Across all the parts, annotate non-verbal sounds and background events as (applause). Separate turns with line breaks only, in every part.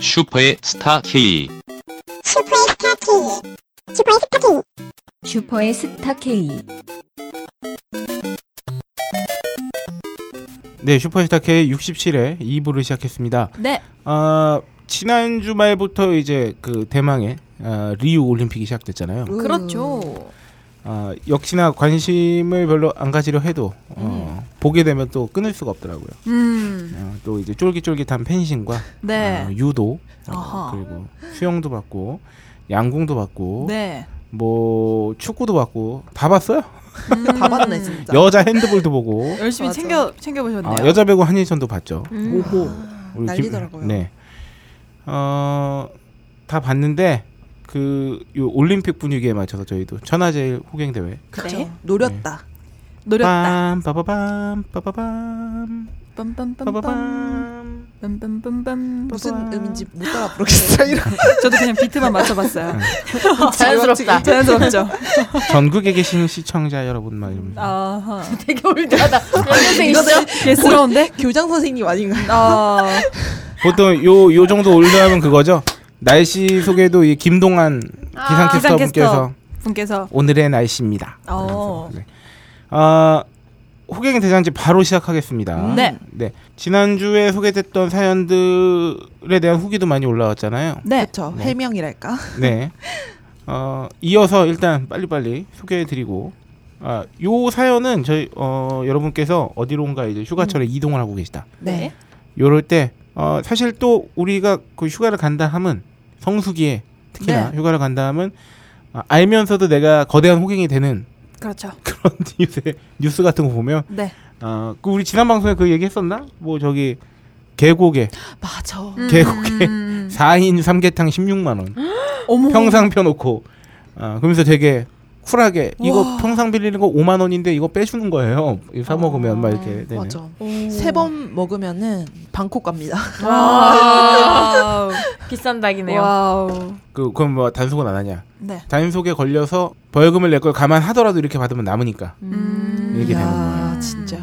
슈퍼의 스타 K.
슈퍼의 스타 K 슈퍼의 스타 K
슈퍼의 스타 K.
네, 슈퍼스타 K 67회 2부를 시작했습니다.
네.
아, 지난 주말부터 이제 그 대망의 아, 리우 올림픽이
(laughs)
시작됐잖아요.
그렇죠.
아, 역시나 관심을 별로 안 가지려 해도 어, 보게 되면 또 끊을 수가 없더라고요.
음.
어, 또 이제 쫄깃쫄깃한 펜싱과
네.
어, 유도 어,
아하.
그리고 수영도 봤고 양궁도 봤고
네.
뭐 축구도 봤고 다 봤어요.
다 봤네
음.
진짜.
여자 핸드볼도 보고
열심히
맞아.
챙겨 챙겨 보셨네요.
아, 여자 배구 한예선도
음.
봤죠.
오호.
우리 김-
난리더라고요.
네. 어, 다 봤는데 그요 올림픽 분위기에 맞춰서 저희도 천하제일 호갱 대회.
그쵸.
그래?
노렸다.
네.
노렸다.
빰 빠바밤 빠바밤
빰빰빰빰
빠바밤.
빰빰빰빰.
무슨 음인지 못 따라
(laughs)
부르겠어. 이런.
저도 그냥 비트만
네.
(laughs) 맞춰봤어요.
자연스럽다.
자연스럽죠.
전국에 계시는 시청자 여러분 막 이러면서
아하.
되게 올드하다.
이거는
예스러운데?
(laughs) 교장 선생님 아닌가요?
아.
보통 요 요 정도 올드하면 그거죠. 날씨 소개도 이 김동한 기상캐스터 분께서
분께서
오늘의 날씨입니다.
어.
네. 아 호갱 대잔치 바로 시작하겠습니다.
네.
지난주에 소개됐던 사연들에 대한 후기도 많이 올라왔잖아요.
네.
그렇죠.
네.
해명이랄까.
(laughs)
네. 어, 이어서 일단 빨리빨리 소개해드리고, 아, 요 사연은 저희, 어, 여러분께서 어디론가 이제
음.
휴가철에 이동을 하고 계시다.
네.
요럴 때, 어, 사실 또 우리가 그 휴가를 간다 함은 성수기에 특히나
네.
휴가를 간다 함은 아, 알면서도 내가 거대한 호갱이 되는
그렇죠.
(laughs) 그런 뉴스, 뉴스 같은 거 보면,
네.
어, 그 우리 지난 방송에 그 얘기 했었나? 뭐 저기, 계곡에
맞아.
음,
계곡에
음.
4인 삼계탕 16만원.
(gasps) 어머.
평상 펴놓고 아, 그러면서 되게 쿨하게 이거 평상 빌리는 거 5만 원인데 이거 빼주는 거예요. 이거 사 먹으면 막 이렇게 되는.
맞아. 세 번 먹으면은 방콕 갑니다.
음.
(laughs)
와우.
비싼 닭이네요.
와우.
그 그럼 뭐 단속은 안 하냐?
네.
단속에 걸려서 벌금을 낼 걸 감안하더라도 이렇게 받으면 남으니까.
음.
이렇게 되는
야,
거예요.
진짜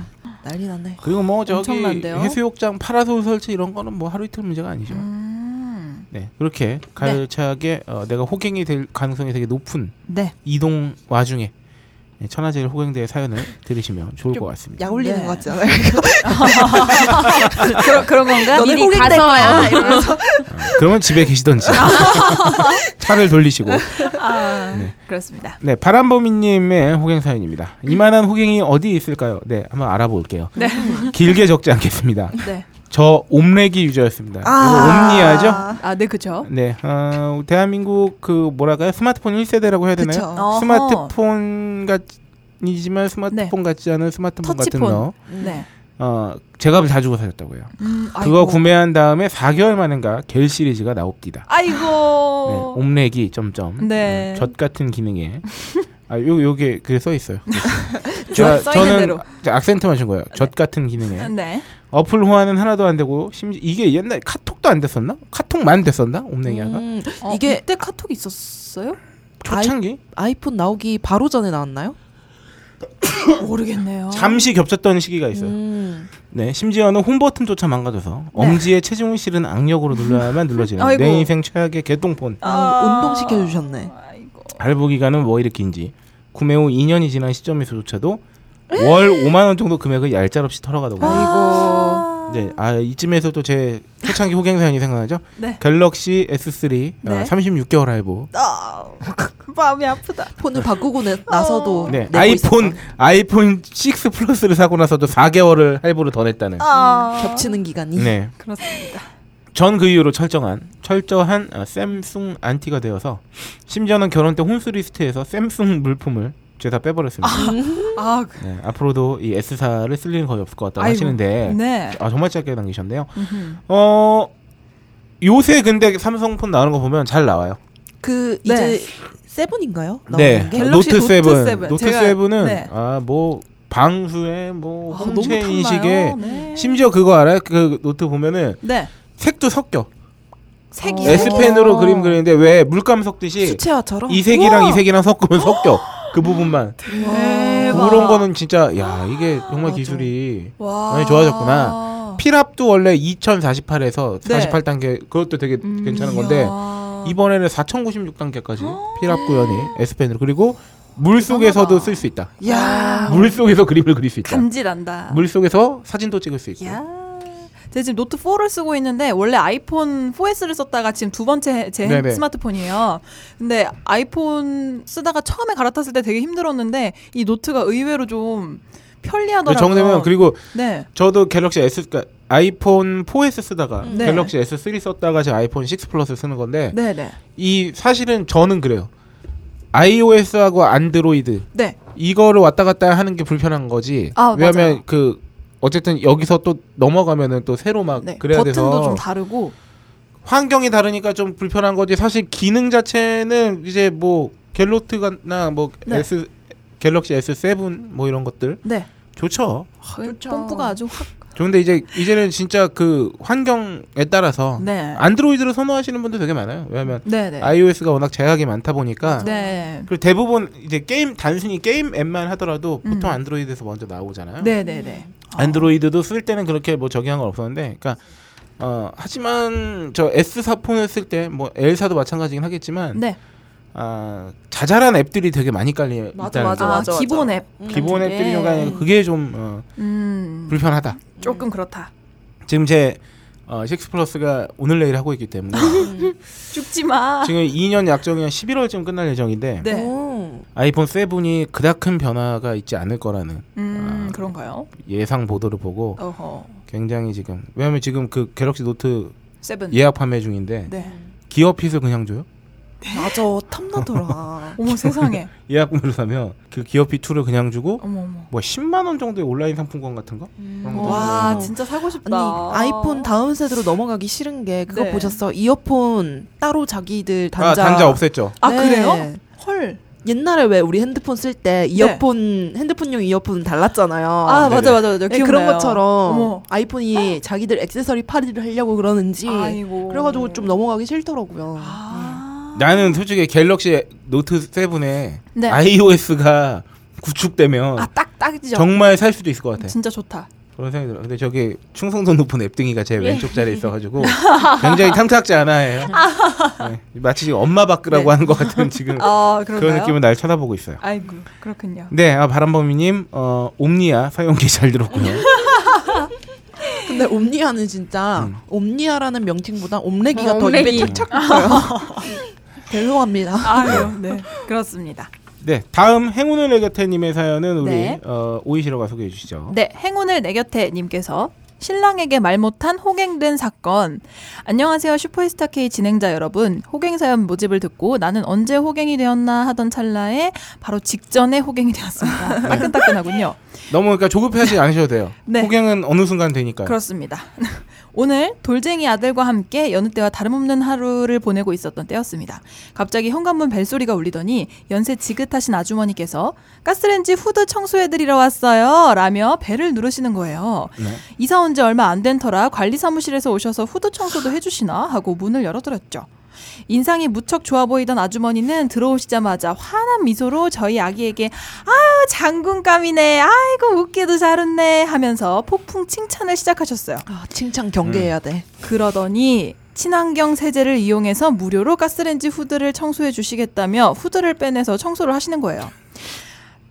난리 났네.
그리고 뭐 저기
엄청난데요?
해수욕장 파라솔 설치 이런 거는 뭐 하루 이틀 문제가 아니죠.
음.
네 그렇게 가열차게 어, 내가 호갱이 될 가능성이 되게 높은
네.
이동 와중에 네, 천하제일 호갱대의 사연을 들으시면 좋을 것 같습니다.
약 올리는
네.
것 같지 않아요?
아, 그런 그런 건가?
너네
미리
호객 될
가서
거야. 이러면서
그러면 집에 계시던지 (laughs) 차를 돌리시고
아.
네.
그렇습니다.
네, 바람보미님의 호갱 사연입니다. 이만한 호갱이 어디 있을까요? 네, 한번 알아볼게요.
네.
길게 적지 않겠습니다.
네.
저 옴레기 유저였습니다.
아.
이거 옴니아죠?
아, 네, 그렇죠.
네, 어, 대한민국 그 뭐랄까요? 스마트폰 1세대라고 해야 되나요?
그쵸.
어허.
스마트폰 같이지만 스마트폰 같지 않은 스마트폰 같은
네. 터치폰.
거.
네.
어, 제가 다 주고 사셨다고요. (laughs)
음,
그거 구매한 다음에 4개월 만인가 겔 시리즈가 나옵니다. 네,
아, 아이고.
옴레기 점점.
어. 네.
어, 젖 같은 기능에.
(laughs)
아, 요 요게 그게 써 있어요.
젖
아,
써 있는
저는
대로.
아, 악센트만 준 거예요. 젖 같은 기능에.
네.
어플 호환은 하나도 안 되고 심지 이게 옛날 카톡도 안 됐었나? 카톡만 됐었나? 옴냉이가
음,
어,
이게-
이때 카톡 있었어요?
초창기?
아이폰 나오기 바로 전에 나왔나요?
모르겠네요.
잠시 겹쳤던 시기가 있어요.
음.
네, 심지어는 홈 버튼조차 망가져서 엄지에 체중을 실은 악력으로
(laughs)
눌러야만 눌러지는
네. 아이고.
내 인생 최악의 개똥폰.
아, 운동 시켜 주셨네.
아이고.
발보 기간은 뭐 이렇게 긴지 구매 후 2년이 지난 시점에서조차도
음.
월 5만 원 정도 금액을 얄짤없이 털어가더군요.
아. 아이고.
네, 아 이쯤에서 또 제 초창기 호갱 사연이 생각나죠?
네.
갤럭시 S3
네.
어, 36개월 할부.
아, 마음이 아프다.
폰을 바꾸고 나-
어,
나서도
네,
내고
아이폰
있었다.
아이폰 6 플러스를 사고 나서도 4개월을 할부를 더 냈다는.
아.
겹치는 기간이
네,
그렇습니다.
전 그 이후로 철저한 철저한 아, 샘숭 안티가 되어서 심지어는 결혼 때 혼수 리스트에서 샘숭 물품을 죄다 빼버렸습니다.
아, 그-
네, 앞으로도 이 S사를 쓸 일은 거의 없을 것 같다고
아이고.
하시는데
네.
아 정말 짧게 남기셨네요.
음흠.
어 요새 근데 삼성폰 나오는 거 보면 잘 나와요.
그
네.
이제 세븐인가요? 나오는
네,
게?
갤럭시
노트
노트
세븐,
세븐.
노트
제가-
세븐은
네.
아뭐 방수에 뭐
아, 너무
홍채
탐나요.
인식에
네.
심지어 그거 알아요? 그 노트 보면은
네.
색도 섞여.
색이
S 펜으로 그림 그리는데 왜 물감 섞듯이
어, 수채화처럼
이 색이랑
우와.
이 색이랑 섞으면 섞여. 그 부분만.
대박.
그런 거는 진짜 야 이게 정말
맞아.
기술이
와.
많이 좋아졌구나. 필압도 원래 2048에서
네.
48단계 그것도 되게
음,
괜찮은 건데 이번에는 4096단계까지 필압 구현이 S펜으로 그리고 물 속에서도 쓸 수 있다.
야.
물 속에서 그림을 그릴 수 있다.
감질한다.
물 속에서 사진도 찍을 수 있고.
야. 제가 지금 노트 4를 쓰고 있는데 원래 아이폰 4S를 썼다가 지금 두 번째 제 핸-
네네.
스마트폰이에요. 근데 아이폰 쓰다가 처음에 갈아탔을 때 되게 힘들었는데 이 노트가 의외로 좀 편리하더라고요.
정되면 그리고
네.
저도 갤럭시 S 그러니까 아이폰 4S 쓰다가
네.
갤럭시 S3 썼다가 지금 아이폰 6 플러스 쓰는 건데
네, 네.
이 사실은 저는 그래요. iOS하고 안드로이드
네.
이거를 왔다 갔다 하는 게 불편한 거지.
아,
왜냐면
맞아요.
그 어쨌든 여기서 또 넘어가면은 또 새로 막
네.
아, 그래야
버튼도
돼서
좀 다르고
환경이 다르니까 좀 불편한 거지. 사실 기능 자체는 이제 뭐 갤로트나 뭐
네.
S 갤럭시 S7 뭐 이런 것들
네. 아,
좋죠.
그
뽐뿌가 아주 확
좋은데 이제 이제는 진짜 그 환경에 따라서
네.
안드로이드를 선호하시는 분들 되게 아. 많아요. 왜냐하면
네, 네.
iOS가 워낙 제약이 많다 보니까
네.
그리고 대부분 이제 게임 단순히 게임 앱만 하더라도 보통
음.
안드로이드에서 먼저 나오잖아요.
네, 네, 네.
안드로이드도 쓸 때는 그렇게 뭐 저기 한건 없었는데, 그러니까 어, 하지만 저 S4 폰을 쓸 때 뭐 L사도 마찬가지긴 하겠지만
네.
아, 자잘한 앱들이 되게 많이 깔려 있다는
아,
거.
맞아, 맞아.
기본 앱.
기본
같은
앱들이
게.
좀 깔려- 그게 좀 어,
음.
불편하다.
조금 그렇다.
지금 제 어, 6 플러스가 오늘 내일 하고 있기 때문에
음. 죽지 마.
(laughs) 지금 2년 약정이 한 11월쯤 끝날 예정인데
네.
오.
아이폰 7이 그닥 큰 변화가 있지 않을 거라는
음,
아.
그런가요?
예상 보도를 보고
어허. 굉장히
굉장히 지금 왜냐면 지금 그 갤럭시 노트
세븐.
예약 판매 중인데
네.
기어핏을 그냥 줘요?
맞아.
(laughs)
탐나더라.
어머 (laughs) 세상에.
예약금으로 사면 그 기어핏 2를 그냥 주고
어머 어머.
뭐 10만 원 정도의 온라인 상품권 같은 거? 그런 것도
와
주고. 아,
진짜 사고 싶다.
아니 아이폰 다음 세대로 넘어가기 싫은 게 그거
네.
보셨어? 이어폰 따로 자기들
아,
단자.
단자 없앴죠.
아
네.
그래요? 헐. 네.
옛날에 왜 우리 핸드폰 쓸 때 이어폰 핸드폰용 이어폰 달랐잖아요.
아
네네.
맞아 맞아 맞아.
네,
기억나요.
그런 것처럼
어머.
아이폰이 자기들 액세서리 파리를 하려고 그러는지
아이고.
그래가지고 좀 넘어가기 싫더라고요.
아.
나는 솔직히 갤럭시 노트 7에
네.
iOS가 구축되면
아딱 딱이죠.
정말 살 수도 있을 것 같아.
진짜 좋다.
그런 생각이 들어요. 근데 저기 충성도 높은 앱등이가
예.
제 왼쪽 자리에
(laughs)
있어가지고 굉장히 탐탁지 않아요. 네, 마치 지금 엄마 바꾸라고
네.
하는 것 같은 지금
아 그런가요?
그런 느낌은 날 쳐다보고 있어요.
아이고 그렇군요.
네, 아, 바람범이님 어, 옴니아 사용기 잘 들었고요.
근데 옴니아는 진짜
음.
옴니아라는 명칭보다 옴레기가 아.
어,
더 입에
옴레기.
착착 붙어요. (laughs) 죄송합니다.
아유 네 그렇습니다.
네, 다음 행운을 내 곁에님의 사연은 우리
네.
어, 오이시로가 소개해 주시죠.
네, 행운을 내 곁에 님께서 신랑에게 말 못한 호갱된 사건. 안녕하세요. 슈퍼스타 K 진행자 여러분. 호갱 사연 모집을 듣고 나는 언제 호갱이 되었나 하던 찰나에 바로 직전에 호갱이 (laughs) 되었습니다. 따끈따끈하군요.
너무 그러니까 조급해하지 않으셔도 돼요.
네.
호갱은 어느 순간 되니까요.
그렇습니다. (laughs) 오늘 돌쟁이 아들과 함께 여느 때와 다름없는 하루를 보내고 있었던 때였습니다. 갑자기 현관문 벨소리가 울리더니 연세 지긋하신 아주머니께서 가스렌지 후드 청소해드리러 왔어요. 라며 벨을 누르시는 거예요.
네.
이사 온 지 얼마 안 된 터라 관리 사무실에서 오셔서 후드 청소도 해주시나 하고 문을 열어드렸죠. 인상이 무척 좋아 보이던 아주머니는 들어오시자마자 환한 미소로 저희 아기에게 아 장군감이네 아이고 웃기도 잘 웃네 하면서 폭풍 칭찬을 시작하셨어요.
아, 칭찬 경계해야
음.
돼.
그러더니 친환경 세제를 이용해서 무료로 가스렌지 후드를 청소해 주시겠다며 후드를 빼내서 청소를 하시는 거예요.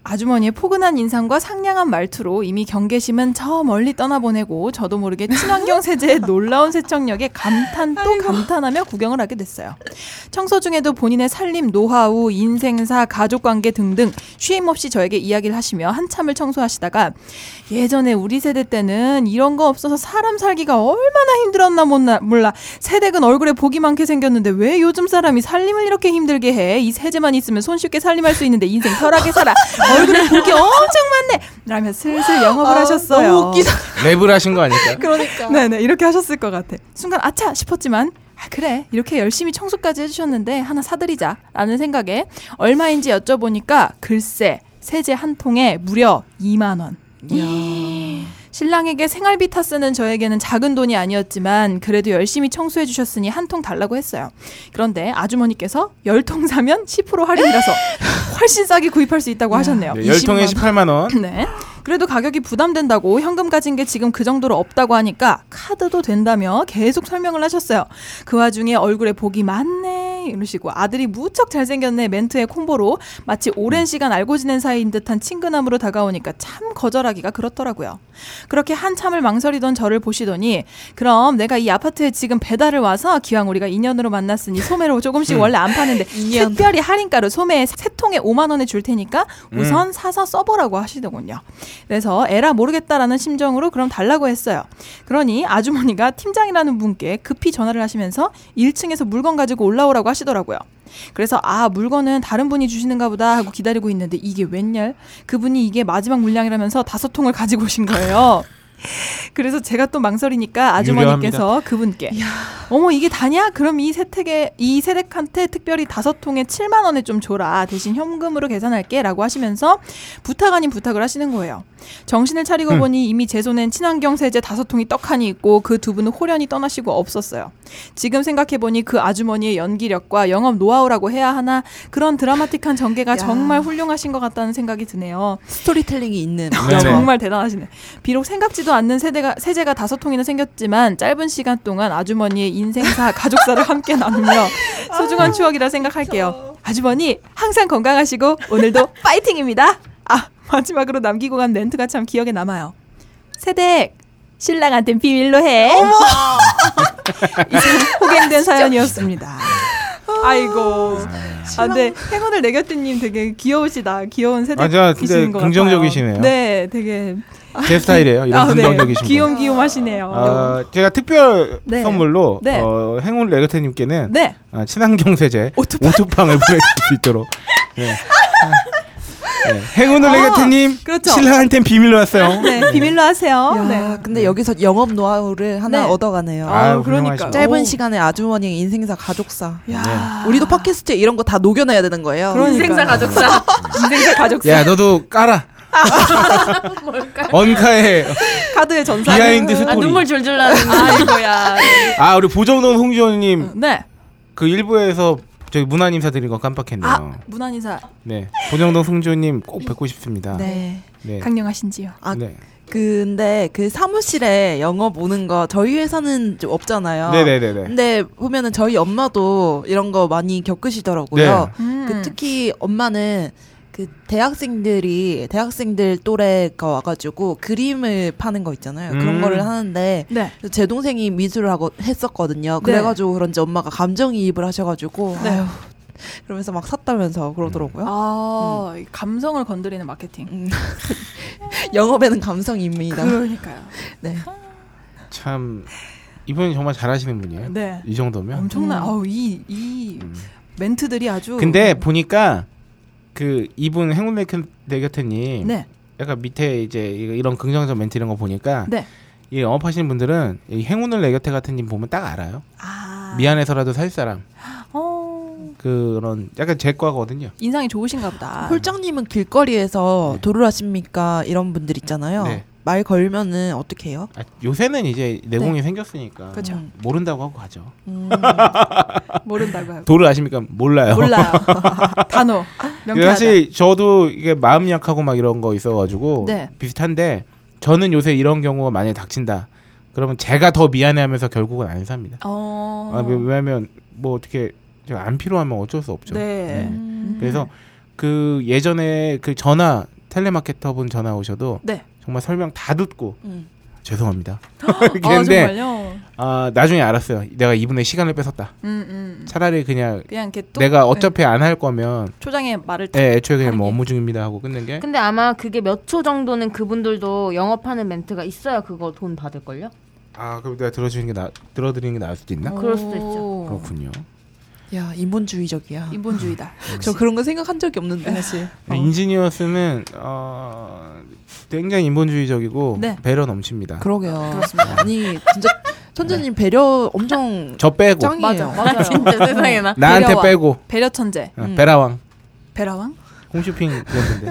아주머니의 포근한 인상과 상냥한 말투로 이미 경계심은 저 멀리 떠나보내고 저도 모르게 친환경 세제의 놀라운 세척력에 감탄 또 감탄하며 구경을 하게 됐어요. 청소 중에도 본인의 살림 노하우, 인생사, 가족관계 등등 쉼 없이 저에게 이야기를 하시며 한참을 청소하시다가 예전에 우리 세대 때는 이런 거 없어서 사람 살기가 얼마나 힘들었나 몰라, 몰라. 세댁은 얼굴에 복이 많게 생겼는데 왜 요즘 사람이 살림을 이렇게 힘들게 해? 이 세제만 있으면 손쉽게 살림할 수 있는데 인생 편하게 살아. 얼굴에 복이 엄청 많네. 라며 슬슬 영업을 하셨어요.
아, 너무 웃기다.
랩을 하신 거 아닐까요?
그러니까.
(laughs) 네네 이렇게 하셨을 것 같아. 순간 아차 싶었지만 아 그래 이렇게 열심히 청소까지 해주셨는데 하나 사드리자라는 생각에 얼마인지 여쭤보니까 글쎄 세제 한 통에 무려 2만 원. 신랑에게 생활비 타 쓰는 저에게는 작은 돈이 아니었지만 그래도 열심히 청소해 주셨으니 한 통 달라고 했어요. 그런데 아주머니께서 열 통
(laughs)
사면 10% 할인이라서 훨씬 싸게 구입할 수 있다고 하셨네요.
네, 10통에 18만 원.
네. 그래도 가격이 부담된다고 현금 가진 게 지금 그 정도로 없다고 하니까 카드도 된다며 계속 설명을 하셨어요. 그 와중에 얼굴에 복이 많네 이러시고 아들이 무척 잘생겼네 멘트의 콤보로 마치 오랜 시간 알고 지낸 사이인 듯한 친근함으로 다가오니까 참 거절하기가 그렇더라고요. 그렇게 한참을 망설이던 저를 보시더니 그럼 내가 이 아파트에 지금 배달을 와서 기왕 우리가 인연으로 만났으니 소매로 조금씩 원래 안 파는데
음. (laughs) 인연.
특별히 할인가로 소매에 세 통에 5만 원에 줄 테니까
음.
우선 사서 써보라고 하시더군요. 그래서 에라 모르겠다라는 심정으로 그럼 달라고 했어요. 그러니 아주머니가 팀장이라는 분께 급히 전화를 하시면서 1층에서 물건 가지고 올라오라고 하시더라고요. 그래서 아 물건은 다른 분이 주시는가 보다 하고 기다리고 있는데 이게 웬열? 그분이 이게 마지막 물량이라면서 다섯 통을 가지고 오신 거예요. (laughs) 그래서 제가 또 망설이니까 아주머니께서 그분께 어머 이게 다냐? 그럼 이 세택에 이 세댁한테 특별히 다섯 통에 7만 원에 좀 줘라 대신 현금으로 계산할게라고 하시면서 부탁 아닌 부탁을 하시는 거예요. 정신을 차리고 보니 이미 제 손엔 친환경 세제 다섯 통이 떡하니 있고 그 두 분은 호련히 떠나시고 없었어요. 지금 생각해 보니 그 아주머니의 연기력과 영업 노하우라고 해야 하나 그런 드라마틱한 전개가
야.
정말 훌륭하신 것 같다는 생각이 드네요.
스토리텔링이 있는
네.
정말 대단하시네. 비록 생각지도 않는 세대가 세제가 다섯 통이나 생겼지만 짧은 시간 동안 아주머니의 인생사, (laughs) 가족사를 함께 나누며
아,
소중한 추억이라 생각할게요. 아주머니 항상 건강하시고 오늘도 파이팅입니다. 아 마지막으로 남기고 간 멘트가 참 기억에 남아요. 세대 신랑한테 비밀로 해. (laughs) 이상 호갱된 사연이었습니다. 아이고. 아, 근데 행운을 내곁들님 되게 귀여우시다. 귀여운 세대
맞아. 근데
이시는 것 같아요.
긍정적이시네요.
네, 되게
제 스타일이에요. 이런
네.
긍정적이신 분.
귀염귀염하시네요.
아, 제가 특별
어, 네.
선물로
네.
어, 행운 레거테님께는
네.
아, 친환경 세제
오토팡. (laughs)
오토팡을 보내줄 수 있도록. 네. 아, 네. 행운을
아,
레거테님
그렇죠.
신랑한테 비밀로 왔어요.
네, 비밀로 하세요.
야,
네.
근데 여기서 영업 노하우를 하나
네.
아, 얻어가네요.
아,
아유,
훌륭하시다.
짧은
오.
시간에 아주머니의 인생사, 가족사.
야.
우리도 팟캐스트에 이런 거 다 녹여내야 되는 거예요.
네. 그러니까요.
인생사 가족사.
(laughs) 인생사 가족사
야 너도 깔아.
뭘까?
언카의
카드의 전사.
비하인드
아
스토리.
눈물 줄줄 나는.
아이고야.
아 우리 보정동 홍지원님
네.
그 일부에서 저희 문화 인사 드린 거 깜빡했네요.
아, 문안 인사.
네 보정동 홍지원님 꼭 뵙고 싶습니다. 네.
네.
강령하신지요.
아,
네.
근데 그 사무실에 영업 오는 거 저희 회사는 좀 없잖아요.
네네네네.
근데 보면은 저희 엄마도 이런 거 많이
네.
겪으시더라고요.
음.
그 특히 엄마는 그 대학생들이 대학생들 또래가 와가지고 그림을 파는 거 있잖아요.
음.
그런 거를 하는데
네.
제 동생이 미술을 하고 했었거든요.
네.
그래가지고 그런지 엄마가 감정이입을 하셔가지고
네.
아유, 그러면서 막 샀다면서 그러더라고요.
아, 이 감성을 건드리는 마케팅.
음. 영업에는 감성입니다.
그러니까요.
네.
참 이분이 정말 잘하시는 분이에요.
네.
이 정도면.
음.
엄청난 아우 이 이
음.
멘트들이 아주
근데 보니까 그 이분 행운 레게트님
네.
약간 밑에 이제 이- 이런 긍정적 멘트 이런 거 보니까
네.
이 영업하시는 분들은 이 행운을 내 곁에 같은 님 보면 딱 알아요.
아.
미안해서라도 살 사람
어.
그런 약간 제과거든요.
인상이 좋으신가 보다.
아. 홀장님은 길거리에서
네.
도를 하십니까 이런 분들 있잖아요.
네.
말 걸면은 어떻게 해요?
아, 요새는 이제 내공이 생겼으니까
그렇죠.
음.
모른다고 하고 가죠.
음.
(laughs)
모른다고 하고.
도를 아십니까? 몰라요. (laughs)
몰라요. (laughs) 단어. 명쾌하다.
사실 저도 이게 마음 약하고 막 이런 거 있어가지고
네.
비슷한데 저는 요새 이런 경우가 많이 닥친다. 그러면 제가 더 미안해하면서 결국은 안 삽니다.
어.
아, 왜- 왜냐면 뭐 어떻게 제가 안 필요하면 어쩔 수 없죠.
네.
네.
음.
그래서 그 예전에 그 전화 텔레마케터분 전화 오셔도
네.
정말 설명 다 듣고
음.
죄송합니다. (laughs)
(laughs) 아,
근데
정말요?
아, 나중에 알았어요. 내가 이분의 시간을 뺏었다.
음, 음.
차라리 그냥
그냥 이렇게 또
내가 어차피 안 할 거면
네. 초장에 말을 딱
예, 애초에 그냥 뭐
하는 게-
업무 중입니다 하고 끝낸 게
근데 아마 그게 몇 초 정도는 그분들도 영업하는 멘트가 있어야 그거 돈 받을걸요?
아, 그럼 내가 들어주는 게 나, 들어드리는 게 나을 수도 있나?
그럴 수도 있죠.
오.
그렇군요.
야 인본주의적이야.
인본주의다.
저 그런 거 생각한 적이 없는데 사실.
어.
아, 인지니어스는 어, 굉장히 인본주의적이고
네.
배려 넘칩니다.
그러게요. 그렇습니다. 아니 진짜 천재님
네.
배려 엄청
저 빼고
짱이에요.
맞아, (laughs) 맞아요.
진짜 세상에나.
나한테
배려와.
빼고
배려 천재.
어,
음.
베라왕
베라왕?
홈쇼핑 브랜드인데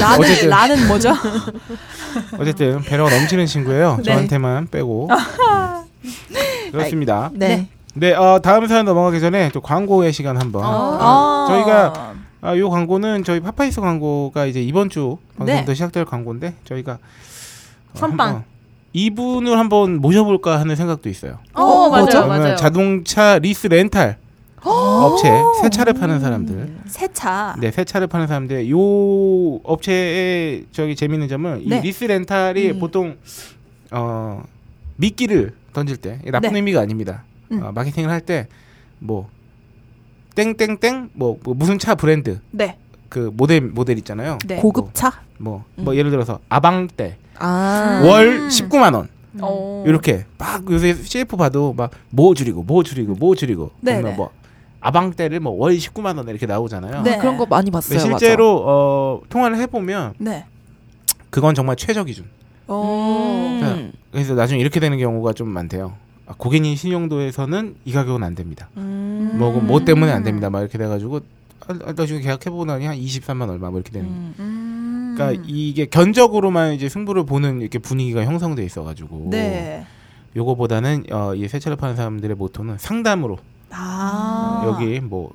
라는
어쨌든.
라는 뭐죠?
어쨌든 배려가 넘치는 친구예요.
네.
저한테만 빼고 음. 그렇습니다.
네.
네, 어, 다음 사연 넘어가기 전에 또 광고의 시간 한번
아.
저희가 아, 요 광고는 저희 파파이스 광고가 이제 이번 주 방송부터
네.
시작될 광고인데 저희가 어,
선빵.
한번 이분을 한번 모셔볼까 하는 생각도 있어요.
어, 맞아요,
그러면
맞아요.
자동차 리스 렌탈 업체 새 차를 파는 사람들,
세차.
네, 새 차를 파는 사람들 요 업체의 저기 재밌는 점은 이
네.
리스 렌탈이
음.
보통 어 미끼를 던질 때 이게 나쁜
네.
의미가 아닙니다.
음.
어, 마케팅을 할 때 뭐 땡땡땡 뭐, 뭐 무슨 차 브랜드
네.
그 모델 모델 있잖아요.
네. 음.
고급차?
뭐, 뭐 예를 들어서 아방떼
아.
월 19만 원
음.
어.
이렇게 막 요새 CF 봐도 막 뭐 줄이고 뭐 줄이고 뭐 줄이고
네,
보면
네.
뭐 아방떼를 뭐 월 19만 원 이렇게 나오잖아요.
네.
그런 거 많이
근데
봤어요.
실제로 어, 통화를 해보면
네.
그건 정말 최저 기준.
맞아.
어.
음.
그래서 나중에 이렇게 되는 경우가 좀 많대요. 아, 고객님 신용도에서는 이 가격은 안 됩니다.
음.
뭐, 그건 뭐 때문에 안 됩니다. 막 이렇게 돼가지고 아, 아, 나중에 계약해보고 나니 한 23만 얼마 뭐 이렇게 되는.
음.
음.
그러니까 이게 견적으로만 이제 승부를 보는 이렇게 분위기가 형성돼 있어가지고
네.
요거보다는 어, 이 세차를 파는 사람들의 모토는 상담으로
아.
여기 뭐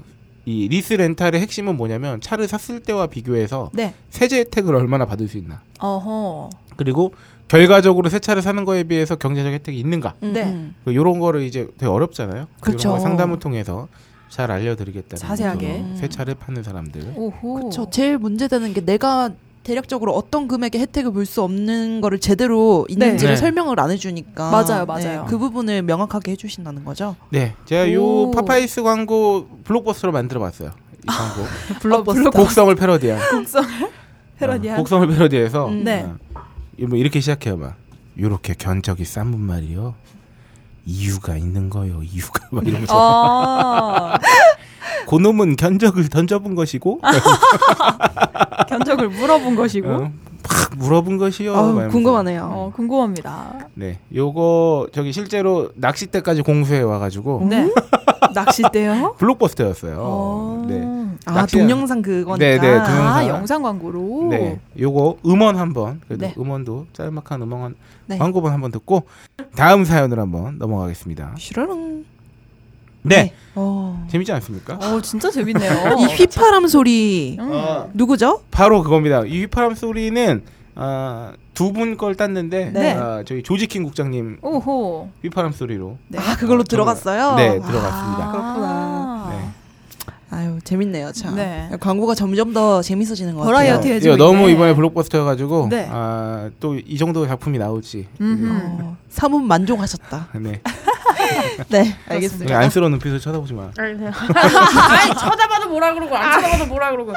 이 리스 렌탈의 핵심은 뭐냐면 차를 샀을 때와 비교해서
네.
세제 혜택을 얼마나 받을 수 있나
어허.
그리고 결과적으로 새 차를 사는 거에 비해서 경제적 혜택이 있는가
음.
네.
음.
그 요런 거를 이제 되게 어렵잖아요
그쵸.
런 상담을 통해서 잘 알려드리겠다는
그렇죠. 자세하게. 음.
의도로 새 차를 파는 사람들
오호.
그쵸. 제일 문제되는 게 내가 대략적으로 어떤 금액의 혜택을 볼 수 없는 거를 제대로 있는지를
네.
설명을 안 해주니까
맞아요, 맞아요.
그 부분을 명확하게 해주신다는 거죠.
네 제가
오. 아,
요 파파이스 광고 블록버스로 만들어봤어요 이 광고
아,
블록버스터.
곡성을 패러디한
(laughs) 패러디한.
어, 곡성을 패러디해서
음.
네.
어, 이뭐 이렇게 시작해요 막 요렇게 견적이 싼 분말이요 이유가 있는 거요 이유가 (laughs) 막 이러면서
어.
그
아. (laughs)
고놈은 견적을 던져본 것이고
견적을 물어본 것이고.
어, 팍 물어본 것이요 막
아우,
이러면서.
궁금하네요.
어, 궁금합니다.
네 요거 저기 실제로 낚싯대까지 공수해
음?
와가지고
(laughs)
네. 낚싯대요?
블록버스터였어요
어.
네
아
낚시는-
동영상 그거니까.
네, 네, 동영상.
아,
동영상.
영상 광고로.
네, 요거 음원 한번 그래도
네.
음원도 짤막한 음원
네.
광고만 한번 듣고 다음 사연으로 한번 넘어가겠습니다.
슈라랑.
네,
아, 어.
재밌지 않습니까?
어,
(laughs)
진짜 재밌네요.
이 휘파람 소리
음.
어,
누구죠?
바로 그겁니다. 이 휘파람 소리는 아, 두분 걸 땄는데
네.
아, 저희 조지킹 국장님
오호.
휘파람 소리로
네.
어? 아 그걸로
어,
들어갔어요.
네
아,
들어갔습니다.
그렇구나.
네.
아유 재밌네요 참.
네.
광고가 점점 더 재밌어지는 것 같아요.
버라이어티 해주고
이거 너무
있네.
이번에 블록버스터여가지고
네.
아, 또 이 정도 작품이 나올지
음흠.
어, 사뭇
(laughs)
만족하셨다.
네.
네 알겠습니다.
네, 안쓰러운 눈빛으로 쳐다보지 마.
아니 쳐다봐도 뭐라 그러고 안 쳐다봐도 뭐라 그러고.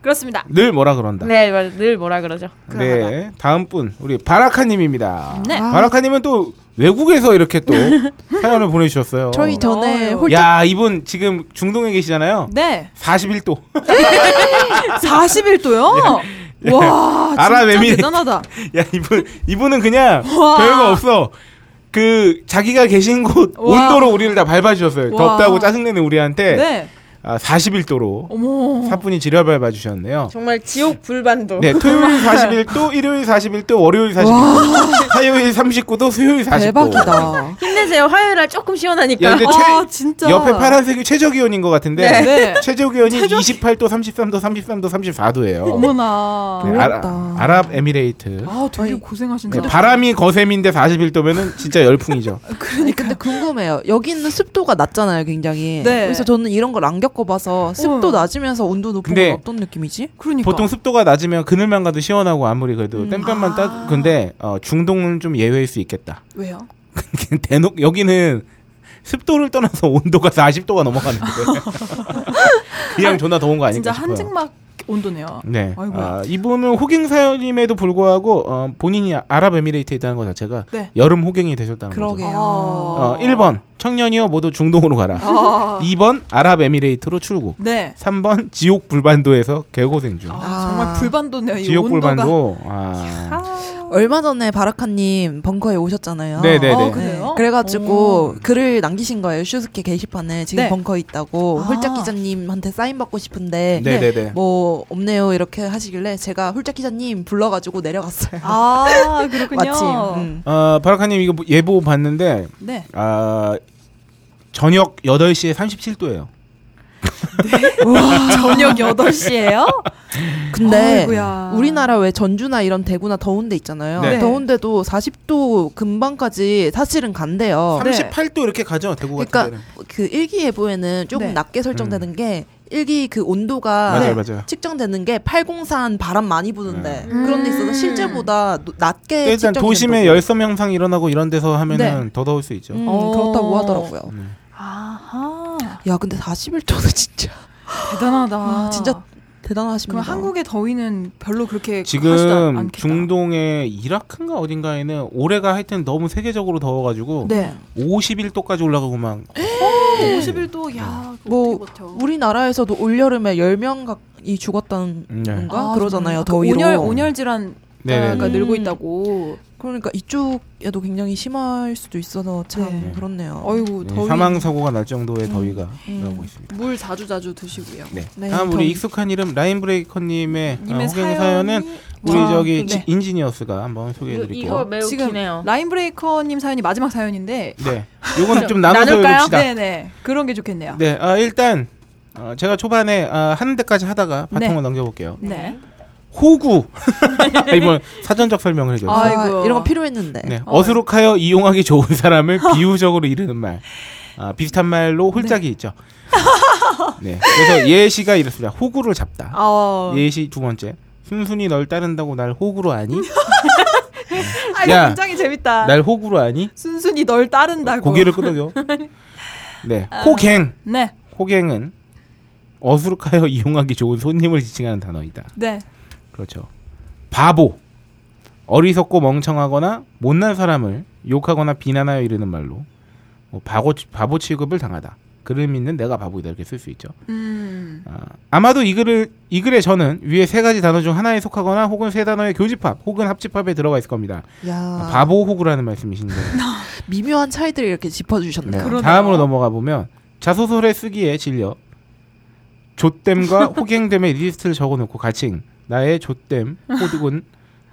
그렇습니다.
네. 늘 뭐라 그런다.
네, 말- 늘 뭐라 그러죠.
네, 다음 분 우리 바라카님입니다.
네.
바라카님은 또 외국에서 이렇게 또 사연을 보내주셨어요.
저희 전에
어,
홀짝
야 이분 지금 중동에 계시잖아요.
네.
41도.
41도요?
(laughs)
와, 진짜
아랍에미레이트.
대단하다.
야 이분 이분은 그냥
와.
별거 없어. 그 자기가 계신 곳
와.
온도로 우리를 다 밟아주셨어요.
와.
덥다고 짜증내는 우리한테
네.
아, 41도로
어머.
사뿐히 지려 밟아주셨네요.
정말 지옥 불반도.
네, 토요일
(laughs)
41도, 일요일 41도, 월요일 41도, 화요일 39도, 수요일 40도. (laughs)
대박이다.
힘내세요. 화요일 날 조금 시원하니까.
야, 근데 최,
아, 진짜.
옆에 파란색이 최저 기온인 것 같은데
네. 네.
최저 기온이 28도, 33도, 33도, 34도예요. 네,
어머나.
어렵다.
아랍 에미레이트.
아, 되게
아니,
고생하신다.
네, 바람이 거셈인데
(laughs)
41도면은 진짜 열풍이죠.
그러니까.
아니, 근데 궁금해요. 여기 있는 습도가 낮잖아요, 굉장히.
네.
그래서 저는 이런 걸 안 겪어봐서 습도
어.
낮으면서 온도 높은
근데
건 어떤 느낌이지?
그러니까.
보통 습도가 낮으면 그늘만 가도 시원하고 아무리 그래도
음.
땀땀만
아.
따. 근데 어, 중동은 좀 예외일 수 있겠다. (laughs)
왜요?
대놓 여기는 습도를 떠나서 온도가 40도가
(laughs)
넘어가는데 그냥 존나 더운 거 아닐까
진짜
싶어요.
한증막 온도네요.
네.
아이고야.
아, 이분은 호갱 사연임에도 불구하고 어, 본인이 아랍에미레이트에 있다는 것 자체가
네.
여름 호갱이 되셨다는 거죠.
그러게요.
어, 1번 청년이여 모두 중동으로 가라.
아.
2번 아랍에미레이트로 출국.
네.
3번 지옥 불반도에서 개고생 중.
아,
아.
정말 불반도네요. 이
지옥
온도가.
불반도. 아.
아.
얼마 전에 바라카님 벙커에 오셨잖아요.
네, 네,
어,
네.
그래요?
그래가지고 글을 남기신 거예요. 슈스케 게시판에 지금
네.
벙커 있다고
아.
홀짝 기자님한테 사인 받고 싶은데
네, 네, 네.
뭐 없네요 이렇게 하시길래 제가 홀짝 기자님 불러가지고 내려갔어요.
아, 그렇군요.
마침 음.
어, 바라카님 이거 예보 봤는데
네.
아, 저녁 8시에 37도예요.
(laughs)
저녁 8시에요?
근데
아이고야.
네. 우리나라 왜 전주나 이런 대구나 더운 데 있잖아요.
네.
더운데도 40도 금방까지 사실은
어,
간대요.
네.
38도 이렇게 가죠 대구 같은
그러니까
데는.
그 일기예보에는 조금
네.
낮게 설정되는 게 일기 그 온도가
음. 맞아요 맞아요. 네.
측정되는 게 803 바람 많이 부는데 그런 데 있어서
음.
실제보다 노-
네,
낮게
일단
측정이
도심에
된다고.
열섬 현상 일어나고 이런 데서 하면은 더 더울 수 있죠.
음,
어.
그렇다고 하더라고요.
음.
아하.
야 근데 41도는 (laughs) 진짜
대단하다.
아, 진짜 대단하십니다.
그럼 한국의 더위는 별로 그렇게 하지도 않-
지금
않겠다.
중동의 이라크인가 어딘가에는 올해가 하여튼 너무 세계적으로 더워가지고
네.
51도까지 올라가고 막 네.
51도 야,
네. 뭐,
뭐 버텨.
우리나라에서도 올 여름에 10명 각이 죽었다는
네.
건가 그러잖아요.
더
더위로.
그러니까 온열 온열 질환
네네네.
가
음.
늘고 있다고.
그러니까 이쪽에도 굉장히 심할 수도 있어서 참
네.
그렇네요.
어이구
네,
더위.
사망 사고가 날 정도의 더위가
음.
나오고 있습니다.
물 자주 자주 드시고요.
네.
네,
다음 우리
더위.
익숙한 이름 라인브레이커님의 어,
님의
호갱 사연은
사연이
우리
와,
저기
네.
지- 인지니어스가 한번
이거,
소개해드릴게요.
이거 매우
지금
기네요.
라인브레이커님 사연이 마지막 사연인데
네, 요거는 좀 나눠서
나눌까요?
읽읍시다.
네네 그런 게 좋겠네요.
네, 아, 일단 어, 제가 초반에 아, 하는 데까지 하다가 바통을
네.
넘겨볼게요.
네.
호구 (laughs) 이번 사전적 설명을 해줘요.
아,
아이고.
이런 거 필요했는데.
네, 어수룩하여 이용하기 좋은 사람을 비유적으로 이르는 말. 아, 비슷한 말로 홀짝이 있죠. 네, 그래서 예시가 이렇습니다. 호구를 잡다.
아,
예시 두 번째. 순순히 널 따른다고 날 호구로 아니?
아 이거
야.
굉장히 재밌다.
날 호구로 아니?
순순히 널 따른다고.
고개를 끄덕여. 네, 호갱.
네,
호갱은 어수룩하여 이용하기 좋은 손님을 지칭하는 단어이다.
네.
그렇죠. 바보. 어리석고 멍청하거나 못난 사람을 욕하거나 비난하여 이르는 말로 뭐 바보, 바보 취급을 당하다. 글을 믿는 내가 바보이다 이렇게 쓸 수 있죠.
음,
아, 아마도 이 글을 이 글의 저는 위에 세 가지 단어 중 하나에 속하거나 혹은 세 단어의 교집합 혹은 합집합에 들어가 있을 겁니다.
야,
바보 호구라는 말씀이신데
미묘한 차이들을 이렇게 짚어주셨네요.
그러네요.
다음으로 넘어가 보면 자소서의 쓰기에 질려 좆됨과 호갱됨의 리스트를 적어놓고 가칭 나의 좆됨 혹은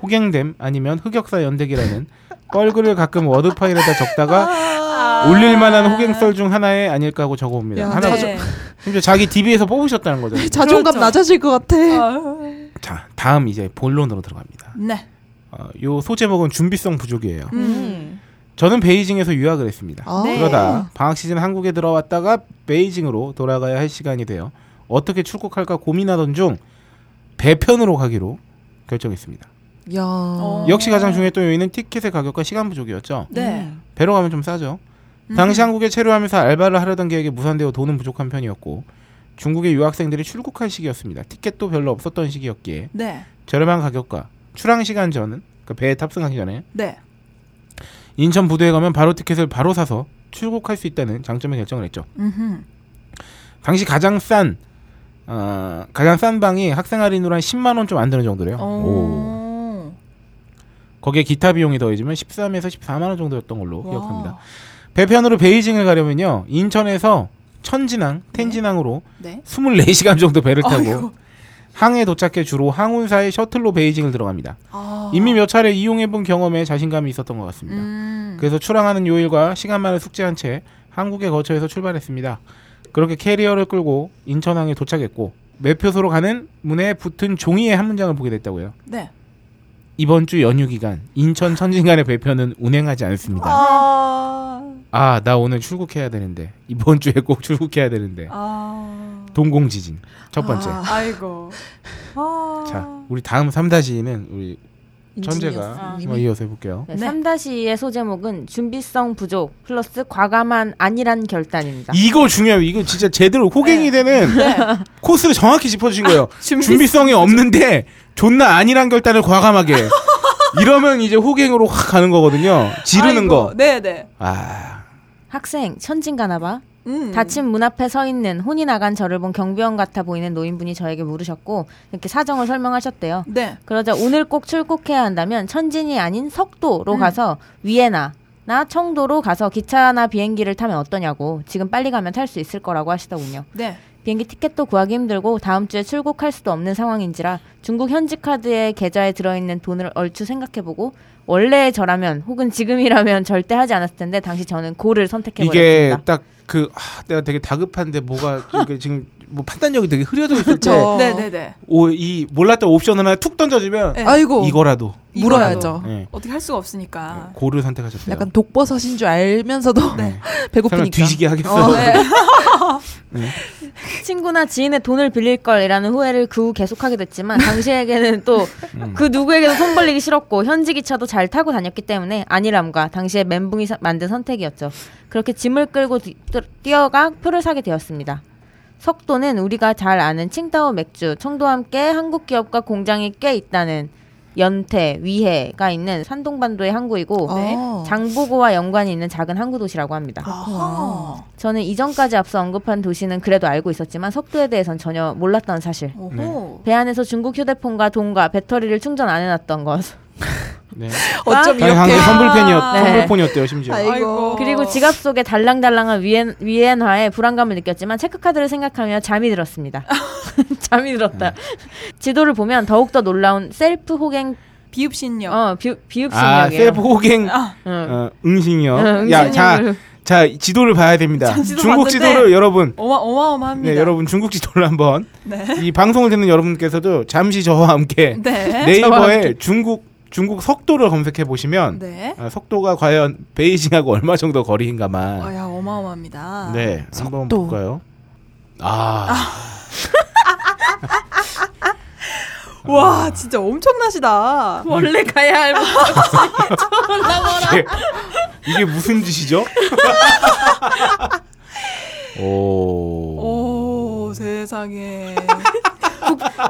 호갱됨 아니면 흑역사 연대기라는 뻘글을 가끔 워드 파일에다 적다가 올릴만한 호갱썰 중 하나에 아닐까 하고 적어옵니다.
야, 네,
하나
네.
심지어 자기 DB에서 뽑으셨다는 거죠.
자존감
그렇죠.
낮아질 것 같아.
(laughs)
아,
자 다음 이제 본론으로 들어갑니다.
네.
어, 요 소제목은 준비성 부족이에요.
음.
저는 베이징에서 유학을 했습니다.
아,
네.
그러다 방학 시즌 한국에 들어왔다가 베이징으로 돌아가야 할 시간이 되어 어떻게 출국할까 고민하던 중 배편으로 가기로 결정했습니다.
야,
어.
역시 가장 중요했던 요인은 티켓의 가격과 시간 부족이었죠.
네.
음.
배로 가면 좀 싸죠.
음.
당시 한국에 체류하면서 알바를 하려던 계획이 무산되어 돈은 부족한 편이었고 중국의 유학생들이 출국할 시기였습니다. 티켓도 별로 없었던 시기였기에
네.
저렴한 가격과 출항 시간 전, 그 배에 탑승하기 전에
네.
인천 부대에 가면 바로 티켓을 바로 사서 출국할 수 있다는 장점에 결정을 했죠.
음흠.
당시 가장 싼 어, 가장 싼 방이 학생 할인으로 한 10만 원 좀 안 드는 정도래요.
어. 오.
거기에 기타 비용이 더해지면 13에서 14만 원 정도였던 걸로
와.
기억합니다. 배편으로 베이징을 가려면요. 인천에서 천진항, 텐진항으로
네.
24시간 정도 배를 타고
(laughs) 아이고.
항에 도착해 주로 항운사의 셔틀로 베이징을 들어갑니다.
아.
이미 몇 차례 이용해 본 경험에 자신감이 있었던 것 같습니다.
음.
그래서 출항하는 요일과 시간만을 숙제한 채 한국에 거처에서 출발했습니다. 그렇게 캐리어를 끌고 인천항에 도착했고 매표소로 가는 문에 붙은 종이의 한 문장을 보게 됐다고요.
네.
이번 주 연휴 기간 인천 천진간의 배편은 운행하지 않습니다.
아.
아 나 오늘 출국해야 되는데 이번 주에 꼭 출국해야 되는데
아.
동공 지진 첫 번째.
아,
아이고. 아.
자 우리 다음 3-2는 우리 아, 천재가
인지니어스님이.
한번 이어서 해볼게요.
네,
네.
3-2의 소제목은 준비성 부족 플러스 과감한 안일한 결단입니다.
이거 중요해요. 이거 진짜 제대로 호갱이 되는 코스를 정확히 짚어주신 거예요.
아,
준비성이 없는데 존나 아니란 결단을 과감하게 이러면 이제 호갱으로 확 가는 거거든요. 지르는
아이고.
거.
네, 네.
아
학생, 천진 가나봐.
음.
다친 문 앞에 서 있는 혼이 나간 저를 본 경비원 같아 보이는 노인분이 저에게 물으셨고 이렇게 사정을 설명하셨대요.
네.
그러자 오늘 꼭 출국해야 한다면 천진이 아닌 석도로
음.
가서 위에나 나 청도로 가서 기차나 비행기를 타면 어떠냐고 지금 빨리 가면 탈 수 있을 거라고 하시더군요.
네.
비행기 티켓도 구하기 힘들고 다음 주에 출국할 수도 없는 상황인지라 중국 현지 카드의 계좌에 들어있는 돈을 얼추 생각해보고 원래 저라면 혹은 지금이라면 (laughs) 절대 하지 않았을 텐데 당시 저는 고를 선택해버렸습니다.
아, 이게 딱 그 내가 되게 다급한데 뭐가 이게 지금 뭐 판단력이 되게 흐려져 있을
그쵸. 어.
네네네.
때오이 몰랐던 옵션을 하나 툭 던져주면
네.
아이고
이거라도
물어야죠.
예.
어떻게 할 수가 없으니까.
고를 선택하셨어요.
약간 독버섯인 줄 알면서도
네.
(laughs)
사람
배고프니까.
뒤지게 네. 하겠어.
어, (laughs)
친구나 지인의 돈을 빌릴 걸이라는 후회를 그 후 계속하게 됐지만 당시에게는 또 그 누구에게도 손 벌리기 싫었고 현지 기차도 잘 타고 다녔기 때문에 안일함과 당시의 멘붕이 사- 만든 선택이었죠. 그렇게 짐을 끌고 뛰, 어가 표를 사게 되었습니다. 석도는 우리가 잘 아는 칭다오 맥주, 청도와 함께 한국 기업과 공장이 꽤 있다는 연태, 위해가 있는 산동반도의 항구이고
어.
장보고와 연관이 있는 작은 항구 도시라고 합니다.
아하.
저는 이전까지 앞서 언급한 도시는 그래도 알고 있었지만 석도에 대해선 전혀 몰랐던 사실.
네.
오호.
배 안에서 중국 휴대폰과 돈과 배터리를 충전 안 해놨던 것.
네.
어쩜
다른 한국
이렇게
선불펜이었
네.
선불폰이었대요 심지어.
아, 아이고.
그리고 지갑 속에 달랑달랑한 위엔, 위엔화에 불안감을 느꼈지만 체크카드를 생각하며 잠이 들었습니다. (laughs) 잠이 들었다.
네.
지도를 보면 더욱더 놀라운 셀프 호갱,
비읍신역.
어, 비,
아
비읍신역이에요.
셀프 호갱
아,
응.
어, 응신이요.
응,
야,
응신이요.
자, 자 이 지도를 봐야 됩니다.
전 지도
중국
봤는데.
지도를 여러분,
어마 어마어마합니다.
네 여러분 중국 지도를 한번
네. (laughs)
이 방송을 듣는 여러분께서도 잠시 저와 함께
네.
저와
(laughs) 네이버에
함께.
중국 중국 석도를 검색해 보시면
네.
아, 석도가 과연 베이징하고 얼마 정도 거리인가만
아, 어야 어마어마합니다.
네 한번
석도.
볼까요? 아,
와 진짜 엄청나시다.
원래 가야 할
이게, 이게 무슨 짓이죠? (laughs) 오,
오
(laughs)
세상에.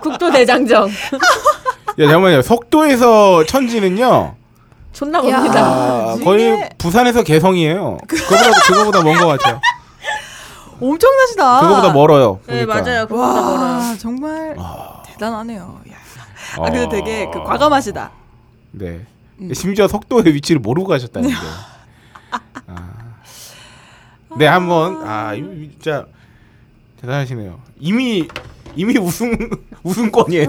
국도 대장정.
야 잠깐만요. 석도에서 천지는요.
존나
야.
겁니다.
아,
이게-
거의 부산에서 개성이에요. 그거보다 그거보다 먼 것 같아요.
엄청나시다.
그거보다 뭐- 멀어요.
네,
보니까.
맞아요. 그거보다 멀어요.
와 정말
아.
대단하네요. 야.
어.
아 근데 되게 그 과감하시다.
네.
음.
심지어 속도의 위치를 모르고 가셨다는 게. 아. 네, 한번 아, 이거 진짜 대단하시네요. 이미 이미 우승 (laughs) 우승권이에요.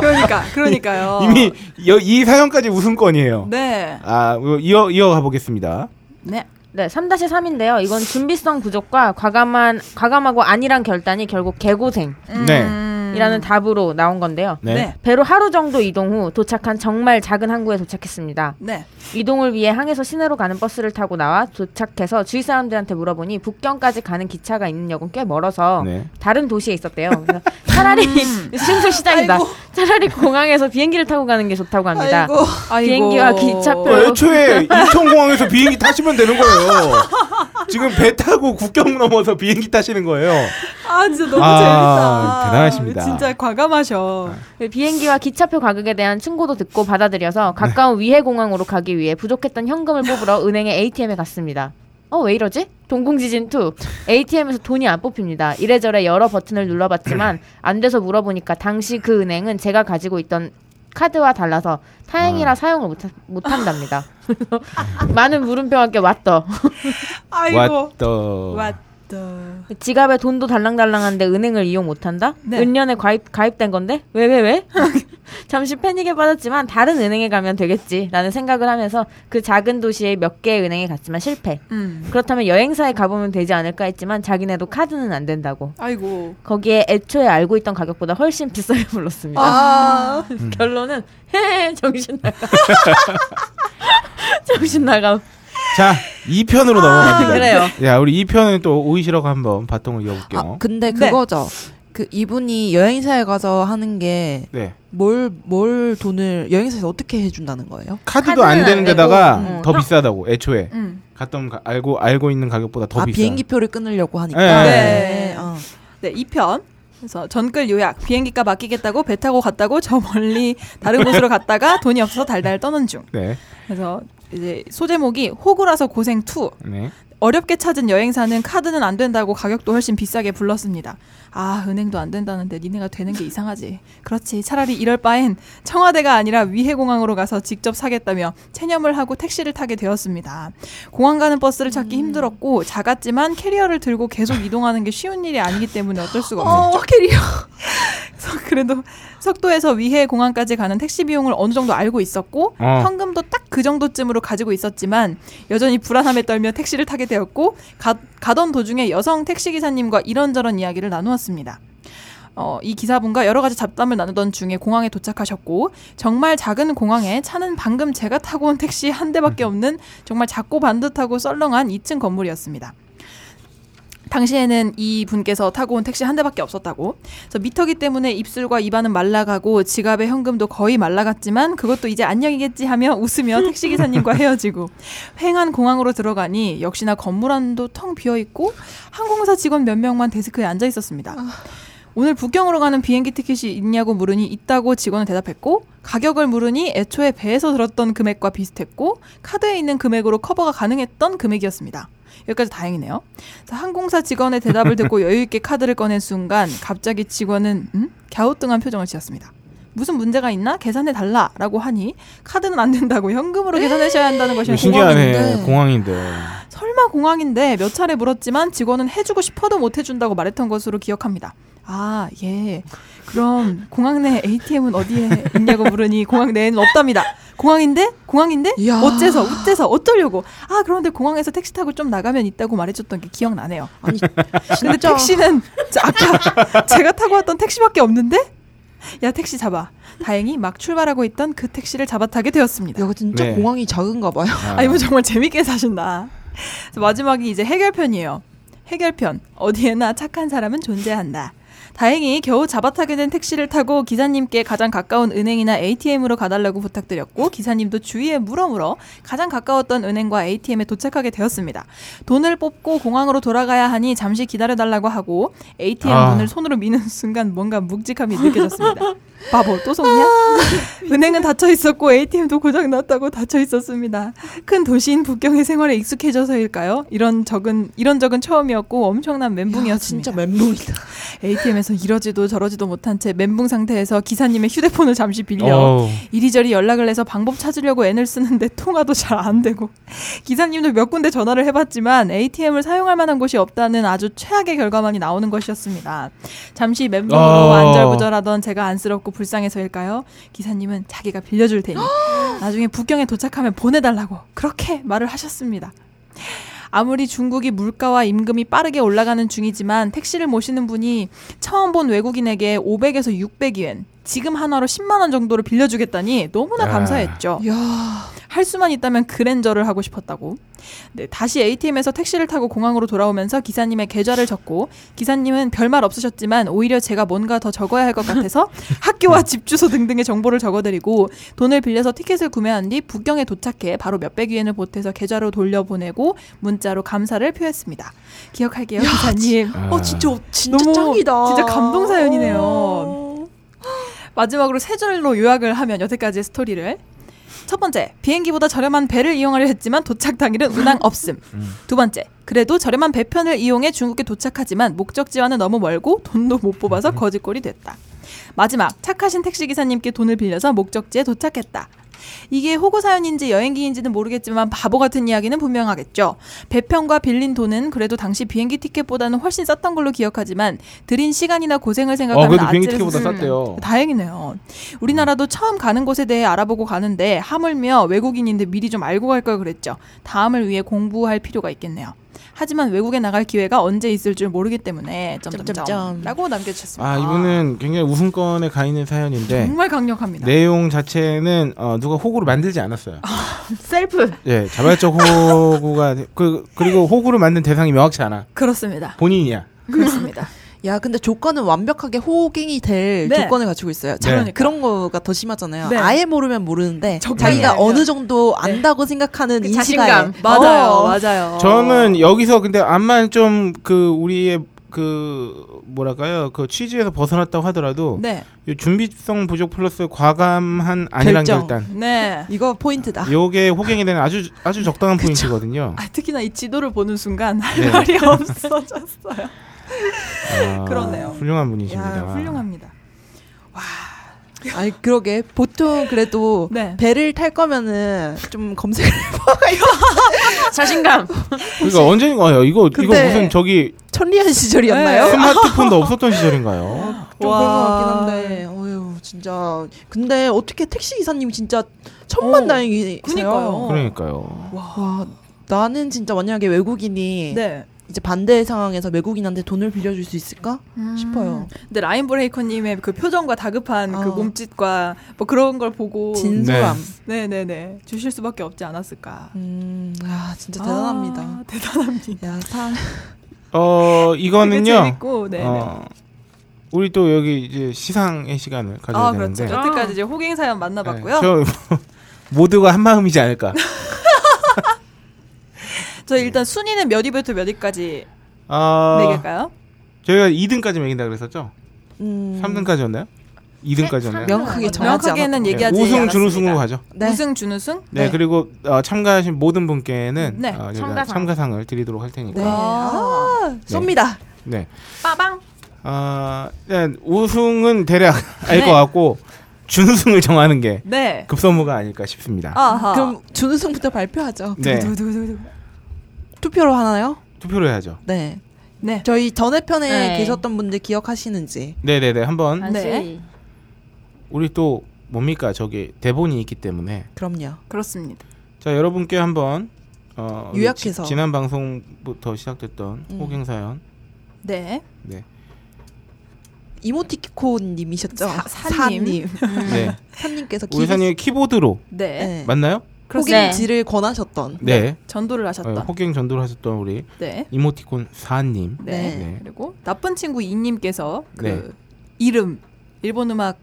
그러니까 그러니까요.
(laughs) 이미 여, 이 사연까지 우승권이에요.
네.
아, 이거 이어 이어 가 보겠습니다.
네.
네, 3-3인데요. 이건 준비성 부족과 과감한 과감하고 안일한 결단이 결국 개고생이라는
네.
음.
답으로 나온 건데요.
네.
네.
배로 하루 정도 이동 후 도착한 정말 작은 항구에 도착했습니다.
네.
이동을 위해 항에서 시내로 가는 버스를 타고 나와 도착해서 주위 사람들한테 물어보니 북경까지 가는 기차가 있는 역은 꽤 멀어서
네.
다른 도시에 있었대요. 그래서 차라리
음.
(laughs) 신소 시장이다.
아이고.
차라리 공항에서 비행기를 타고 가는 게 좋다고 합니다.
아이고
비행기와 기차표.
어, 애초에 인천공항에서 비행기 타시면 되는 거예요. 지금 배 타고 국경 넘어서 비행기 타시는 거예요.
아 진짜 너무
아,
재밌다.
대단하십니다.
진짜 과감하셔.
비행기와 기차표 가격에 대한 충고도 듣고 받아들여서 가까운 위해 공항으로 가기 위해 부족했던 현금을 뽑으러 은행의 ATM에 갔습니다. 어 왜 이러지? 동공지진 2 ATM에서 돈이 안 뽑힙니다. 이래저래 여러 버튼을 눌러봤지만 안 돼서 물어보니까 당시 그 은행은 제가 가지고 있던 카드와 달라서 타행이라 사용을 못, 못한답니다. (laughs) 많은 물음표와 함께 왔더.
아이고.
왔다.
왔다.
지갑에 돈도 달랑달랑한데 은행을 이용 못한다?
네.
은연에 가입, 가입된 건데? 왜,
(laughs)
왜, (laughs) 왜? 잠시 패닉에 빠졌지만 다른 은행에 가면 되겠지라는 생각을 하면서 그 작은 도시에 몇 개의 은행에 갔지만 실패.
음.
그렇다면 여행사에 가보면 되지 않을까 했지만 자기네도 카드는 안 된다고.
아이고.
거기에 애초에 알고 있던 가격보다 훨씬 비싸게 불렀습니다.
아.
(laughs) 결론은 헤헤
(laughs)
정신 나가. 정신 나가.
자, 2편으로
아.
넘어갑니다.
아, 그래요.
야, 우리 2편은 또 오이시라고 한번 바통을 이어볼게요.
아, 근데
네.
그거죠. 그 이분이 여행사에 가서 하는 게
네.
뭘 뭘 돈을 여행사에서 어떻게 해준다는 거예요?
카드도
카드는
안
안
되는
되고,
데다가
음.
더 비싸다고 애초에
음.
갔던 가- 알고 알고 있는 가격보다 더
아
비싸.
비행기표를 끊으려고
네.
하니까.
네.
어.
네, 2편. 그래서 전글 요약. 비행기값 아끼겠다고 배 타고 갔다고 저 멀리 다른 곳으로 갔다가 돈이 없어서 달달 떠는 중.
네.
그래서 이제 소제목이 호구라서 고생 투
네.
어렵게 찾은 여행사는 카드는 안 된다고 가격도 훨씬 비싸게 불렀습니다. 아, 은행도 안 된다는데 니네가 되는 게 이상하지. 그렇지. 차라리 이럴 바엔 청와대가 아니라 위해공항으로 가서 직접 사겠다며 체념을 하고 택시를 타게 되었습니다. 공항 가는 버스를 찾기 힘들었고 작았지만 어, 캐리어를 들고 계속 이동하는 게 쉬운 일이 아니기 때문에 어쩔 수가 없었죠.
캐리어.
서- (laughs) 그래도 석도에서 위해 공항까지 가는 택시 비용을 어느 정도 알고 있었고
어.
현금도 딱 그 정도쯤으로 가지고 있었지만 여전히 불안함에 떨며 택시를 타게 되었고 가, 가던 도중에 여성 택시 기사님과 이런저런 이야기를 나누었습니다. 어, 이 기사분과 여러 가지 잡담을 나누던 중에 공항에 도착하셨고 정말 작은 공항에 차는 방금 제가 타고 온 택시 한 대밖에 없는 정말 작고 반듯하고 썰렁한 2층 건물이었습니다. 당시에는 이 분께서 타고 온 택시 한 대밖에 없었다고. 그래서 미터기 때문에 입술과 입안은 말라가고 지갑에 현금도 거의 말라갔지만 그것도 이제 안녕이겠지 하며 웃으며 택시 기사님과 헤어지고 휑한 공항으로 들어가니 역시나 건물 안도 텅 비어 있고 항공사 직원 몇 명만 데스크에 앉아 있었습니다. 오늘 북경으로 가는 비행기 티켓이 있냐고 물으니 있다고 직원은 대답했고 가격을 물으니 애초에 배에서 들었던 금액과 비슷했고 카드에 있는 금액으로 커버가 가능했던 금액이었습니다. 여기까지 다행이네요. 자, 항공사 직원의 대답을 듣고 여유 있게 카드를 꺼낸 순간 갑자기 직원은 음? 갸우뚱한 표정을 지었습니다. 무슨 문제가 있나? 계산해 달라라고 하니 카드는 안 된다고 현금으로 계산하셔야 한다는 것이었
신기하네
공항인데.
공항인데
설마 공항인데 몇 차례 물었지만 직원은 해주고 싶어도 못 해준다고 말했던 것으로 기억합니다. 아, 예. 그럼 공항 내 ATM은 어디에 있냐고 물으니 공항 내에는 없답니다. 공항인데? 공항인데?
이야.
어째서? 어째서? 어쩌려고? 아, 그런데 공항에서 택시 타고 좀 나가면 있다고 말해줬던 게 기억나네요.
아니
근데
진짜
택시는 저 아까 제가 타고 왔던 택시밖에 없는데? 야, 택시 잡아. 다행히 막 출발하고 있던 그 택시를 잡아 타게 되었습니다.
야 진짜
네.
공항이 작은가 봐요.
아, 이분 정말 재밌게 사신다. 그래서 마지막이 이제 해결편이에요. 해결편. 어디에나 착한 사람은 존재한다. 다행히 겨우 잡아타게 된 택시를 타고 기사님께 가장 가까운 은행이나 ATM으로 가달라고 부탁드렸고 기사님도 주위에 물어물어 가장 가까웠던 은행과 ATM에 도착하게 되었습니다. 돈을 뽑고 공항으로 돌아가야 하니 잠시 기다려달라고 하고 ATM
아.
문을 손으로 미는 순간 뭔가 묵직함이 느껴졌습니다. 바보 또 속냐? 은행은 닫혀 있었고 ATM도 고장 났다고 닫혀 있었습니다. 큰 도시인 북경의 생활에 익숙해져서일까요? 이런 적은 이런 적은 처음이었고 엄청난
야, 진짜
멘붕이었습니다.
멘붕이다.
ATM에서 이러지도 저러지도 못한 채 멘붕 상태에서 기사님의 휴대폰을 잠시 빌려
어우,
이리저리 연락을 해서 방법 찾으려고 애를 쓰는데 (laughs) 통화도 잘 안 되고 기사님도 몇 군데 전화를 해봤지만 ATM을 사용할 만한 곳이 없다는 아주 최악의 결과만이 나오는 것이었습니다. 잠시 멘붕으로
어.
안절부절하던 제가 안쓰럽고 불쌍해서일까요? 기사님은 자기가 빌려줄 테니 나중에 북경에 도착하면 보내달라고 그렇게 말을 하셨습니다. 아무리 중국이 물가와 임금이 빠르게 올라가는 중이지만 택시를 모시는 분이 처음 본 외국인에게 500에서 600위엔 지금 하나로 10만 원 정도를 빌려주겠다니 너무나
아.
감사했죠.
야
할 수만 있다면 그랜저를 하고 싶었다고. 네, 다시 ATM에서 택시를 타고 공항으로 돌아오면서 기사님의 계좌를 적고 기사님은 별말 없으셨지만 오히려 제가 뭔가 더 적어야 할 것 같아서
(laughs) 네.
학교와 집 주소 등등의 정보를 적어드리고 돈을 빌려서 티켓을 구매한 뒤 북경에 도착해 바로 몇백 위엔을 보태서 계좌로 돌려보내고 문자로 감사를 표했습니다. 기억할게요, 기사님.
아.
어 진짜 진짜
너무
짱이다.
진짜 감동 사연이네요.
어.
마지막으로 세 줄로 요약을 하면 여태까지의 스토리를 첫 번째 비행기보다 저렴한 배를 이용하려 했지만 도착 당일은
(laughs)
운항 없음 두 번째 그래도 저렴한 배편을 이용해 중국에 도착하지만 목적지와는 너무 멀고 돈도 못
음.
뽑아서 거지꼴이 됐다 마지막 착하신 택시기사님께 돈을 빌려서 목적지에 도착했다 이게 호구 사연인지 여행기인지는 모르겠지만 바보 같은 이야기는 분명하겠죠. 배편과 빌린 돈은 그래도 당시 비행기 티켓보다는 훨씬 쌌던 걸로 기억하지만 들인 시간이나 고생을
어
생각하면
그래도 비행기
아찔해서
티켓보다
쓸-
쌌대요
다행이네요. 우리나라도 처음 가는 곳에 대해 알아보고 가는데 하물며 외국인인데 미리 좀 알고 갈 걸 그랬죠. 다음을 위해 공부할 필요가 있겠네요. 하지만 외국에 나갈 기회가 언제 있을 줄 모르기 때문에
점점점.
점점점라고 남겨주셨습니다.
아 이분은 네. 굉장히 우승권에 가 있는 사연인데
정말 강력합니다.
내용 자체는 어, 누가 호구를 만들지 않았어요.
아,
셀프.
예, 자발적 호구가 그 그리고 호구를 만든 대상이 명확치 않아.
그렇습니다.
본인이야.
그렇습니다.
야 근데 조건은 완벽하게 호갱이 될
네.
조건을 갖추고 있어요. 자,
그러니까.
그런 거가 더 심하잖아요.
네.
아예 모르면 모르는데
적당히
자기가
알면.
어느 정도 안다고 생각하는
그
인식에
자신감.
맞아요,
어.
맞아요.
저는 여기서 근데 암만 좀 그 우리의 그 뭐랄까요 그 취지에서 벗어났다고 하더라도
네
이 준비성 부족 플러스 과감한 안일한
결정.
결단
네.
이거 포인트다.
요게 호갱이 되는 아주 아주 적당한 포인트거든요.
아, 특히나 이 지도를 보는 순간 할
네. (laughs)
말이 없어졌어요.
아,
(laughs) 그러네요.
훌륭한 분이십니다.
야, 훌륭합니다.
아니 그러게 보통 그래도
네.
배를 탈 거면은 좀 검색을
자신감.
그러니까 언젠가 요 이거 이거
근데-
무슨 저기
(laughs) 천리안
네.
시절이었나요?
(laughs)
스마트폰도 없었던 시절인가요?
좀 그런 것 같긴 한데, 어휴, 진짜. 근데 어떻게 택시 기사님 진짜 천만
어,
다행이세요.
그니까요.
그러니까요.
와, 나는 진짜 만약에 외국인이
네.
이제 반대 상황에서 외국인한테 돈을 빌려줄 수 있을까 싶어요.
근데 라인 브레이커님의 그 표정과 다급한 그
어.
몸짓과 뭐 그런 걸 보고
진솔함.
네네네 주실 수밖에 없지 않았을까.
음, 아 진짜
아,
대단합니다.
(laughs)
대단합니다.
야, 참.
어
되게
이거는요.
재밌고, 네네.
어, 우리 또 여기 이제 시상의 시간을 가져야
아 그렇죠.
되는데
여태까지 이제 호갱 사연 만나봤고요.
네, 저 (laughs) 모두가 한 마음이지
(laughs)
않을까.
저 일단 순위는 몇 위부터 몇 위까지
아
내길까요?
저희가 2등까지 매긴다 그랬었죠?
음,
3등까지였나요? 2등까지였나요? 네,
명확하게 정하지
명확하게는
않았고.
얘기하지
우승
않았습니다.
준우승으로 가죠.
네.
우승 준우승?
네,
네.
그리고 어, 참가하신 모든 분께는
네,
어, 저희가
참가상.
참가상. 을 드리도록 할 테니까.
네.
아.
아, 쏩니다.
네.
빠방.
아, 네, 우승은 대략 알 것
네.
같고 준우승을 정하는 게
네.
급선무가 아닐까 싶습니다.
아하.
그럼 준우승부터 발표하죠.
네.
두구두구두구두구.
투표로 하나요?
투표를 해야죠.
네.
네.
저희 전에 편에
네.
계셨던 분들 기억하시는지.
네, 네, 네.
아.
한번
네.
우리 또 뭡니까? 저기 대본이 있기 때문에
그럼요.
그렇습니다.
자, 여러분께 한번 어, 우리
요약해서.
지- 지난 방송부터 시작됐던
음.
호갱 사연.
네.
네.
이모티콘님이셨죠?
사- 사님. (laughs)
네.
사님께서
우리 사님 키보드로
음. 네.
네.
맞나요?
그렇습니다.
호갱지를 권하셨던.
네.
전도를
어,
하셨던.
호갱 전도를 하셨던 우리
네.
이모티콘 사님.
네.
네.
그리고 나쁜 친구 이님께서 그
네.
이름 일본 음악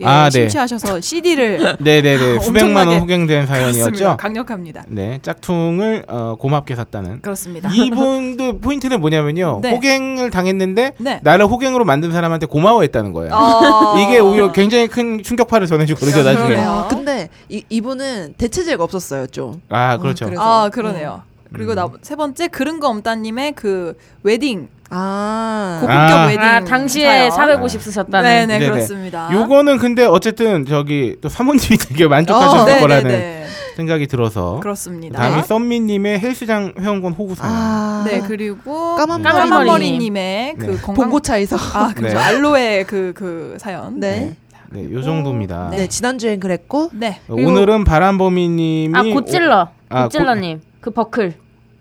에
아, 네.
심취하셔서 CD를
네, 네, 네.
(laughs) 엄청나게-
수백만 원 호갱된 (laughs) 사연이었죠.
그렇습니다. 강력합니다.
네, 짝퉁을 어, 고맙게 샀다는.
그렇습니다. (laughs)
이분도 포인트는 뭐냐면요.
네.
호갱을 당했는데
네.
나를 호갱으로 만든 사람한테 고마워했다는 거예요.
어.
이게 오히려 굉장히 큰 충격파를 전해주고 그러죠 나중에.
그렇죠. 그러네요.
아, 근데 이, 이분은 대체제가 없었어요, 좀.
아 그렇죠.
그래서-
아 그러네요. 그리고
음.
나 세 번째 그런 거 엄따님의 그 웨딩
아.
고급격
아.
웨딩
아 당시에
사연.
450 쓰셨다는.
네네
네네.
그렇습니다.
요거는 근데 어쨌든 저기 또 사모님이 (laughs) 되게
어,
만족하셨을
네네네.
거라는 생각이 들어서
그렇습니다.
다음이 썸미님의 헬스장 회원권 호구 사연.
아.
네 그리고
까만
까만
머리.
까만머리님의 그
네.
건강
봉고차에서. (laughs)
아 그렇죠
네.
알로에 그 그 사연
네.
네, 요 정도입니다.
네. 지난주엔 그랬고.
네.
어, 오늘은 바람범이님이
아 고찔러.
오- 아,
고찔러님 그 버클.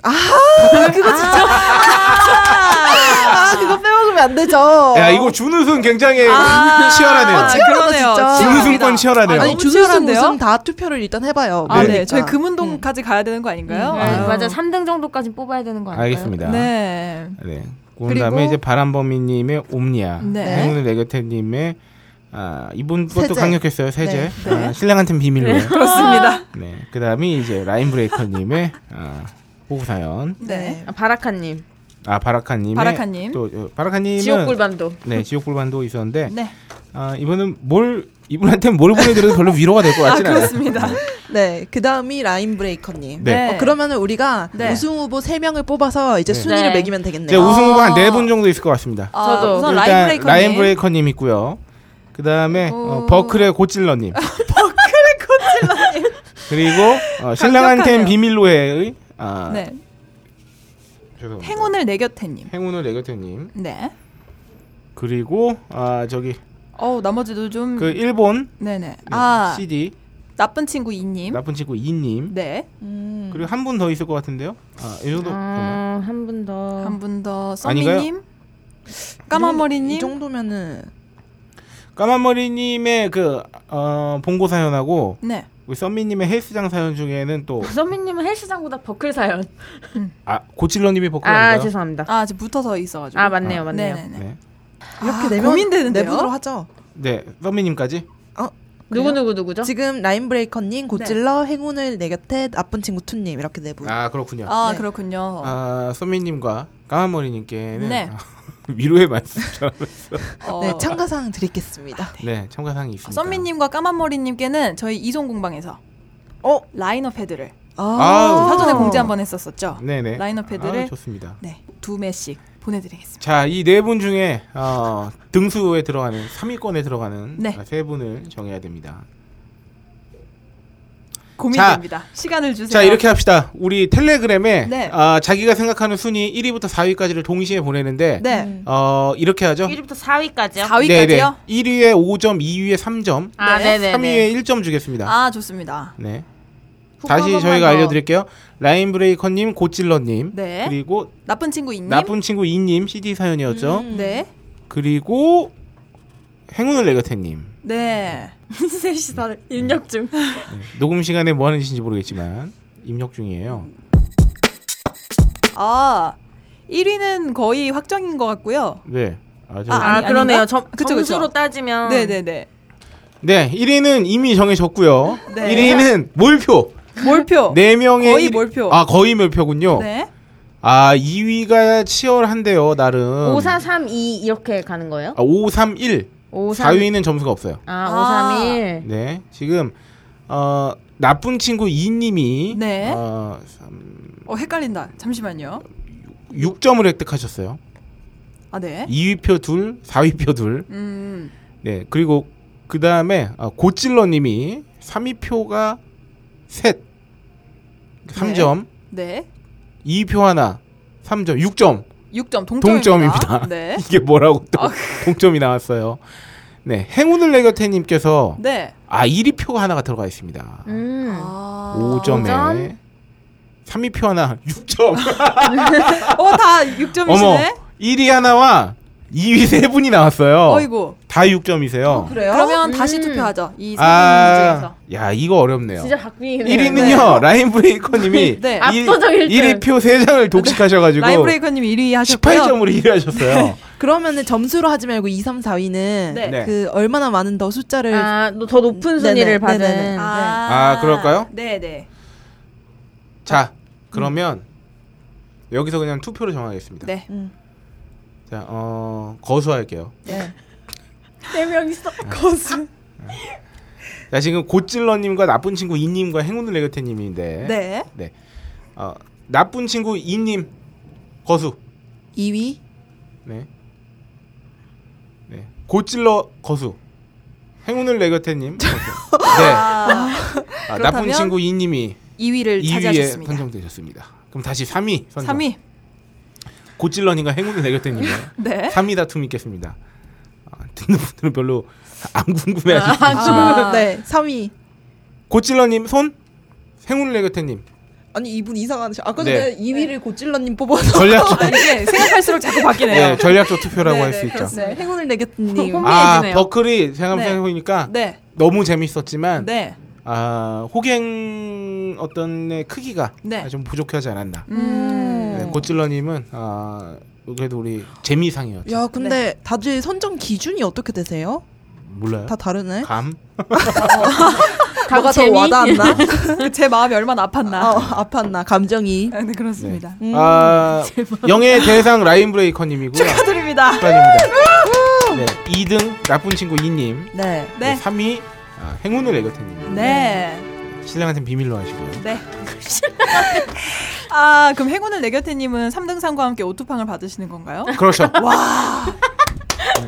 그거 진짜. 아, 그거 빼먹으면 안 되죠.
오- 야 이거 준우승 굉장히 (laughs)
아,
치열하네요.
아, 그러네요.
진짜.
준우승권 치열하네요.
아니
너무
준우승
치열한데요?
우승 다 투표를 일단 해봐요. 그러니까.
아,
네.
네. 저희 금운동까지 가야 되는 거 아닌가요?
네,
아유.
맞아 3등 정도까지 뽑아야 되는 거 아닐까요?
알겠습니다.
네.
네. 그다음에
그리고-
이제 바람범이님의 옴니아,
네.
행운의 레게테님의 아 이분 것도
세제.
강력했어요 세제.
네. 네.
아, 신랑한테는 비밀로. (laughs) 네.
그렇습니다.
그다음에 이제 라인브레이커님의 아, 호구사연.
네.
아, 바라카님
아 바라카님의
바라카님.
또 어, 바라카님은
지옥굴반도.
네 지옥불반도 있었는데
네.
아 이분은 뭘 이분한테 뭘 보내드려도 별로 위로가 될 것
아,
같지는 않아요.
그렇습니다.
네, 그 다음이 라인브레이커님.
네.
네.
어, 그러면은 우리가
네.
우승 후보 3명을 뽑아서 이제
네.
순위를
네.
매기면
이제
되겠네요.
우승 후보 한 네 분 정도 있을 것 같습니다.
아,
저도.
우선
일단
라인브레이커님.
라인브레이커님 있고요. 그 다음에
오.
버클의
(laughs)
고찔러님. 버클의 고찔러님. (laughs) 그리고 어, 신랑한텐
강력하네요.
비밀로해의 아,
네.
죄송합니다.
행운을 내 곁에 님.
행운을 레거트님.
네.
그리고 아 저기
어, 나머지도 좀
그 일본
네, 네. 아,
CD
나쁜 친구 이 님.
나쁜 친구 이님.
네.
음.
그리고 한 분 더 있을 것 같은데요. 아, 이 정도. 정말.
어, 아한 분 더.
한 분 더 써미
아닌가요?
님. 까만 머리
이
님.
정도면은
까만머리님의 그 어, 봉고 사연하고
네.
우리 썸미님의 헬스장 사연 중에는 또
선배님은 헬스장보다 버클 사연.
아, 고찔러님이 버클
아
아닌가요?
죄송합니다.
아, 지금 붙어서 있어 가지고.
아 맞네요,
아.
맞네요.
네, 네, 네.
네.
이렇게
아,
네 명,
고민되는데요?
네 분으로 하죠.
네, 썸미님까지.
누구 누구 누구죠?
지금 라인브레이커님, 고찔러, 행운을 내 곁에 나쁜 친구 투님 이렇게 네 분.
아 그렇군요.
아,
네.
그렇군요.
아 선배님과 까만머리님께는
네.
아, (laughs) 위로의 말씀.
(laughs) 어,
네, 참가상 드리겠습니다.
네, 참가상이 있습니다.
선미님과 까만머리님께는 저희 이송공방에서
어?
라인업 헤드를
아.
어, 사전에 공지 한번 했었었죠.
네네.
라인업 헤드를
아, 좋습니다.
네, 두 매씩 보내드리겠습니다.
자, 이 네 분 중에 어, 등수에 들어가는 3위권에 들어가는
네.
아, 세 분을 정해야 됩니다.
고민됩니다. 시간을 주세요.
자 이렇게 합시다. 우리 텔레그램에
네.
아, 자기가 생각하는 순위 1위부터 4위까지를 동시에 보내는데
네.
어 이렇게 하죠.
1위부터 4위까지요.
4위까지요?
1위에 5점, 2위에 3점,
아,
네.
네, 네,
3위에 1점 주겠습니다.
아, 좋습니다.
네.
후보 한
다시
번만
저희가
더.
알려드릴게요. 라인브레이커님, 고찔러님,
네.
그리고
나쁜 친구 있님?
나쁜 친구 이님 CD 사연이었죠.
네.
그리고 행운을 내 곁에님.
네.
음.
셋이 다 입력 중.
녹음 시간에 뭐 하는 짓인지 모르겠지만 입력 중이에요.
아, 1위는 거의 확정인 것 같고요.
네. 아, 저...
아,
아,
아니, 아닌가?
그러네요. 점,
그쵸, 그쵸.
점수로 따지면
네, 네, 네.
네, 1위는 이미 정해졌고요.
네.
1위는 몰표.
몰표.
네 명의
거의
일-
몰표.
아, 거의 몰표군요.
네.
아, 2위가 치열한데요, 나름.
5 4 3 2 이렇게 가는 거예요?
아, 5 3 1.
5 3
4위는 점수가 없어요.
아, 5 3 1.
네. 지금 어, 나쁜 친구 이 님이
네.
어, 삼-
어, 헷갈린다. 잠시만요.
6점을 획득하셨어요.
아, 네.
2위표 둘, 4위표 둘.
음.
네. 그리고 그다음에 아, 고찔러 님이 3위표가 셋. 3점.
네.
2표 하나. 3점, 6점.
6점 동점입니다.
동점입니다. 아.
네.
(laughs) 이게 뭐라고 또 동점이 나왔어요. 네, 행운을 내 곁에 님께서
네.
아 1위 표가 하나가 들어가 있습니다.
음.
아.
오 5점에 3위 표 하나 6점.
어, 다 6점이시네.
어머, 1위 하나와 2위 세 분이 나왔어요.
어이고.
다 6점이세요.
그래요? 그러면 다시
음.
투표하죠. 이3명
아,
중에서.
야 이거 어렵네요.
진짜 박빙이네요.
1위는요 라인 브레이커님이
(laughs) 네.
압도적
1위
일등.
표 3장을 독식하셔가지고
라인브레이커님 1위 하셨고요.
18점으로 1위 하셨어요.
그러면은 점수로 하지 말고 2, 3, 4위는
네.
아. 네.
그 얼마나 많은 더 숫자를
아, 너- 더 높은
네네,
순위를 받은.
네네.
아, 그럴까요?
음. 네, 네.
자 그러면 여기서 그냥 투표로 정하겠습니다.
네.
자, 어, 거수할게요. 아.
네 명이서 거수.
자, 지금 고찔러님과 나쁜 친구 이님과 행운을 내곁에님인데,
네.
어, 나쁜 친구 이님 거수,
2위
네, 네, 고찔러 거수, 행운을
(laughs)
내곁에님, 거수. 네,
아,
아, 나쁜
그렇다면
친구 이님이
2위를
2위에
차지하셨습니다.
선정되셨습니다. 그럼 다시 3위 선정.
3위.
고찔러님과 행운을 내곁에님,
네.
3위 다툼이 있겠습니다. 아, 듣는 분들은 별로 안 궁금해하실 수
아.
있지만,
(laughs) 네, 3위.
고찔러님 손, 행운을
(laughs)
내곁에님
아니 이분 이상하죠. 아까
네.
전에 2위를 고찔러님 뽑아서 (laughs)
전략.
아, 이게 생각할수록 자꾸 바뀌네요.
네, 전략적 투표라고
네,
할 수
네,
있죠.
네, 행운을 내겠님.
아,
흥미해지네요.
버클이 생각-
네.
생각해보니까
네.
너무 재밌었지만
네. (laughs)
아, 호갱 어떤 의 크기가 아,
네.
좀 부족하지 않았나.
음.
네, 고찔러님은 아, 그래도 우리 재미상이었죠.
야, 근데 다들 선정 기준이 어떻게 되세요?
몰라요.
다 다르네.
감?
뭐가 더 와닿았나?
제 마음이 얼마나 아팠나.
아, 아팠나? 감정이.
네, 그렇습니다.
음.
(laughs)
아, 영예 대상 라인브레이커님이고요.
축하드립니다.
축하드립니다. 네, 2등 나쁜 친구 이님,
네.
네.
네.
3위 아, 행운을 애거태님.
네.
신랑한테 비밀로 하시고요.
(laughs) 네. 아, 그럼 행운을 내 곁에 님은 3등상과 함께 오뚜팡을 받으시는 건가요? (laughs)
그렇죠. 음.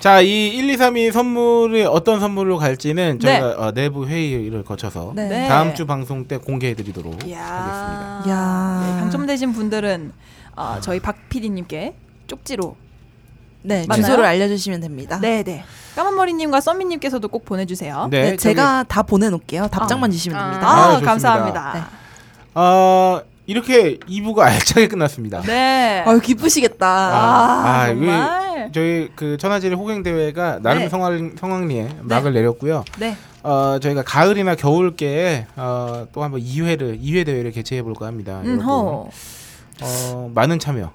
자, 이 1, 2, 3위 선물이 어떤 선물로 갈지는
네.
저희가 어, 내부 회의를 거쳐서
네.
네.
다음 주 방송 때 공개해드리도록 하겠습니다.
이야.
야.
아.
네, 당첨되신 분들은 어, 저희 박 PD님께 쪽지로.
네,
맞나요?
주소를 알려 주시면 됩니다.
네, 네. 까만머리님과 썸미님께서도 꼭 보내주세요.
네,
저기,
제가 다 보내 놓을게요. 답장만 주시면
아.
됩니다.
아,
아,
좋습니다.
감사합니다.
어, 이렇게 2부가 (laughs) 알차게 끝났습니다.
네.
아유, 기쁘시겠다.
아,
아, 이게-
정말.
저희 그 천하제리 호갱 대회가 나름
네.
성황, 성황리에 막을 내렸고요.
네.
어, 저희가 가을이나 겨울께 어, 또 한번 2회를 2회 대회를 개최해 볼까 합니다.
음,
여러분,
허.
어, 많은 참여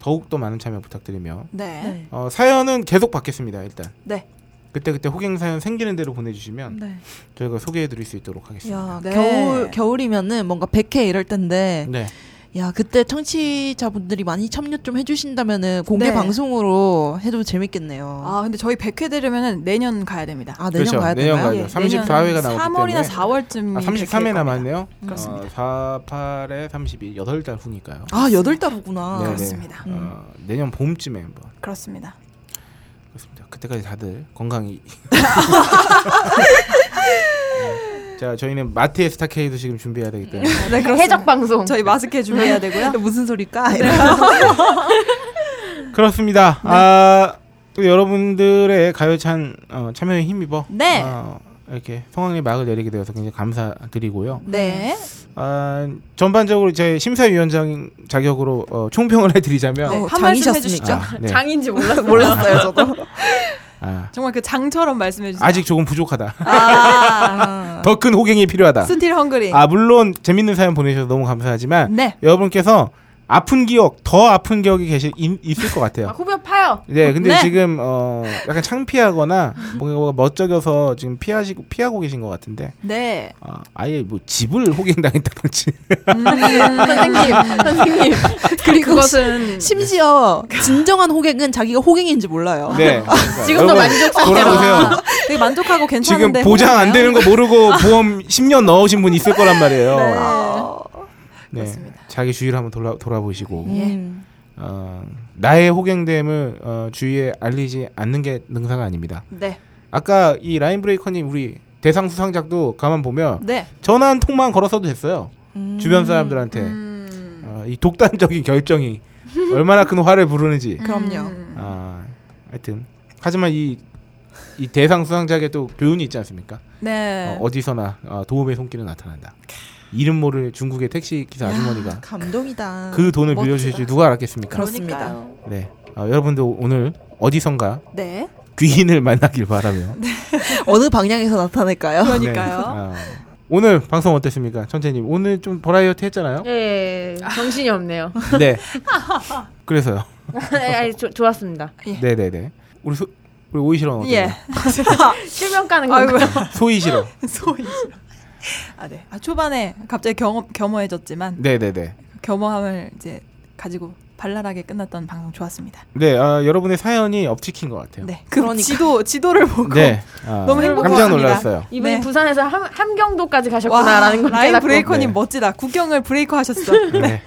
더욱 더 많은 참여 부탁드리며
네.
어, 사연은 계속 받겠습니다. 일단
네.
그때 그때 호갱 사연 생기는 대로
음.
보내주시면
네.
저희가 소개해드릴 수 있도록 하겠습니다.
야,
네.
겨울 겨울이면은 뭔가 백회 이럴 텐데
네,
아,
야, 그때 청취자분들이 많이 참여 좀 해주신다면은 공개
네.
방송으로 해도 재밌겠네요.
아, 근데 저희 100회 되려면 내년 가야 예, 됩니다. 네.
아, 내년
그렇죠.
가야
내년
되나요?
가야죠. 34회가 나오기
3월이나
때문에.
4월쯤
아, 33회 남았네요.
그렇습니다.
어, 48에 32, 8달 후니까요.
아, 여덟 달이구나.
네, 네.
그렇습니다. 음.
어, 내년 봄쯤에 한번
그렇습니다. (laughs)
그렇습니다. 그때까지 다들 건강히 네. 자, 저희는 마트의 스타케이도 지금 준비해야 되기 때문에
네,
해적 방송.
저희 마스크 준비해야 되고요. 네.
무슨 소릴까?
그렇습니다. 아, 또 여러분들의 가요찬 어, 참여에 힘입어
네.
어, 이렇게 성황의 막을 내리게 되어서 굉장히 감사드리고요.
네.
아, 전반적으로 제 심사위원장 자격으로 어, 총평을 (laughs) 해드리자면
네,
어,
한
장이셨으니까.
말씀 해주시죠.
아, 네.
장인지 몰랐어.
몰랐어요 저도.
아,
정말 그 장처럼 말씀해 주세요.
아직 조금 부족하다.
아.
(laughs) 더 큰 호갱이 필요하다.
스틸 헝그리.
아 물론 재밌는 사연 보내주셔서 너무 감사하지만
네.
여러분께서 아픈 기억 더 아픈 기억이 계실 인- 있을 것
아,
같아요.
후벼 파요.
네, 근데
네.
지금 어 약간 창피하거나 뭔가 멋쩍여서 지금 피하시고 피하고 계신 것 같은데
네.
아, 아예 뭐 집을 호갱당했다든지
선생님, 선생님.
그리고
그것은
심지어 진정한 호갱은 자기가 호갱인지 몰라요.
어, (laughs)
네
지금도
여러분,
만족 상태라.
돌아보세요.
되게 만족하고
지금
괜찮은데.
보장 안 되는 거 모르고 보험 10년 넣으신 분 있을 거란 말이에요.
네.
네,
그렇습니다.
자기 주위를 한번 돌아 돌아보시고
음.
어, 나의 호갱됨을 어, 주위에 알리지 않는 게 능사가 아닙니다.
네.
아까 이 라인 브레이커님 우리 대상 수상작도 가만 보면
네.
전화 한 통만 걸었어도 됐어요.
음.
주변 사람들한테
음.
어, 이 독단적인 (laughs) 결정이 얼마나 큰 화를 부르는지.
예. 그럼요.
음.
아, 하여튼 하지만 이, 이 대상 수상작에 또 교훈이 있지 않습니까?
네.
어, 디서나 도움의 손길은 나타난다. 이름 모를 중국의 택시 기사 아주머니가
감동이다.
그 돈을 빌려주실 줄 누가 알았겠습니까?
그렇습니다.
네, 어, 여러분도 오늘 어디선가
네.
귀인을 만나길 바라며.
어느 방향에서 (laughs) 나타날까요?
(laughs) 그러니까요.
네. 아, 오늘 방송 어땠습니까, 천재님? 오늘 좀 버라이어티 했잖아요.
(laughs)
예, 정신이 없네요. 예,
네. 그래서요.
아니, 아니, 조- 좋았습니다.
네, 네, 네. 우리 소, 우리 오이시러 어때요?
예.
(laughs) 실명 까는 거.
아이고.
소이시러.
소이. 아 네. 아 초반에 갑자기 겸 겸허해졌지만
네, 네, 네.
겸허함을 이제 가지고 발랄하게 끝났던 방송 좋았습니다.
네, 아, 여러분의 사연이 업치킨 것 같아요.
네. 그
그러니까.
지도 지도를 보고
네. 아,
너무 행복한
깜짝
겁니다.
놀랐어요.
이분이
네.
부산에서 함, 함경도까지
와,
가셨구나라는 걸
라인
깨닫고.
브레이커님
네.
멋지다. 국경을 브레이커 하셨어.
네.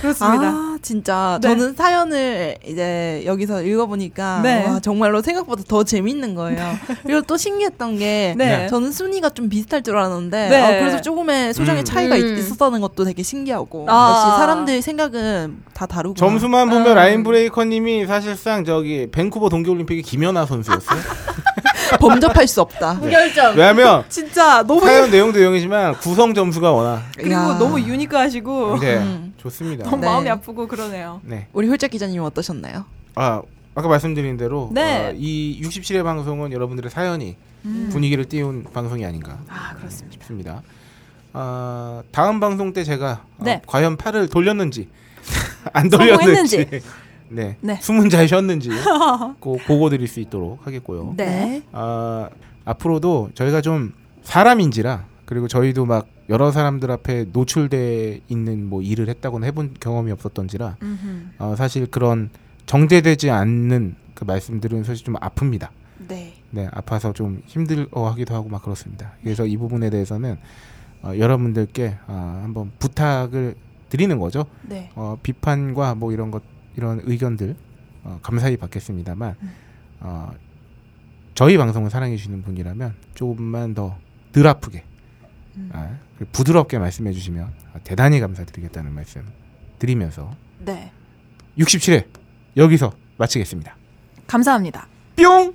그렇습니다.
아, 진짜.
네.
저는 사연을 이제 여기서 읽어보니까
네.
와, 정말로 생각보다 더 재밌는 거예요. 그리고 또 신기했던 게
네.
저는 순위가 좀 비슷할 줄 알았는데
네.
아, 그래서 조금의 소장의
음.
차이가 있-
음.
있었다는 것도 되게 신기하고
아.
역시 사람들 생각은 다 다르고
점수만 보면 라인 브레이커님이 사실상 저기 밴쿠버 동계올림픽의 김연아 선수였어요.
(laughs) 범접할 수
네.
없다.
무결점.
왜냐하면
(laughs) 진짜 너무
사연 내용도 내용이지만 구성 점수가 워낙
그리고
야.
너무 유니크하시고
네,
음.
좋습니다.
너무
네.
어. 마음이 아프고 그러네요.
네.
우리 홀짝 기자님 어떠셨나요?
아 아까 말씀드린 대로
네.
어, 이 67회 방송은 여러분들의 사연이
음.
분위기를 띄운 방송이 아닌가
아 그렇습니다.
싶습니다. 아 다음 방송 때 제가 어,
네.
과연 팔을 돌렸는지 (laughs) 안 돌렸는지
성공했는지.
(laughs) 네.
네.
숨은 잘
(laughs)
쉬었는지 꼭 보고 드릴 수 있도록 하겠고요.
네.
아 앞으로도 저희가 좀 사람인지라 그리고 저희도 막 여러 사람들 앞에 노출돼 있는 뭐 일을 했다거나 해본 경험이 없었던지라
음흠.
어, 사실 그런 정제되지 않는 그 말씀들은 사실 좀 아픕니다.
네.
네, 아파서 좀 힘들어하기도 하고 막 그렇습니다. 그래서 이 부분에 대해서는 어, 여러분들께 아, 한번 부탁을 드리는 거죠.
네.
어, 비판과 뭐 이런 것 이런 의견들 어, 감사히 받겠습니다만 어, 저희 방송을 사랑해 주시는 분이라면 조금만 더 덜 아프게
음.
아, 그리고 부드럽게 말씀해 주시면 대단히 감사드리겠다는 말씀 드리면서
네.
67회 여기서 마치겠습니다.
감사합니다.
뿅!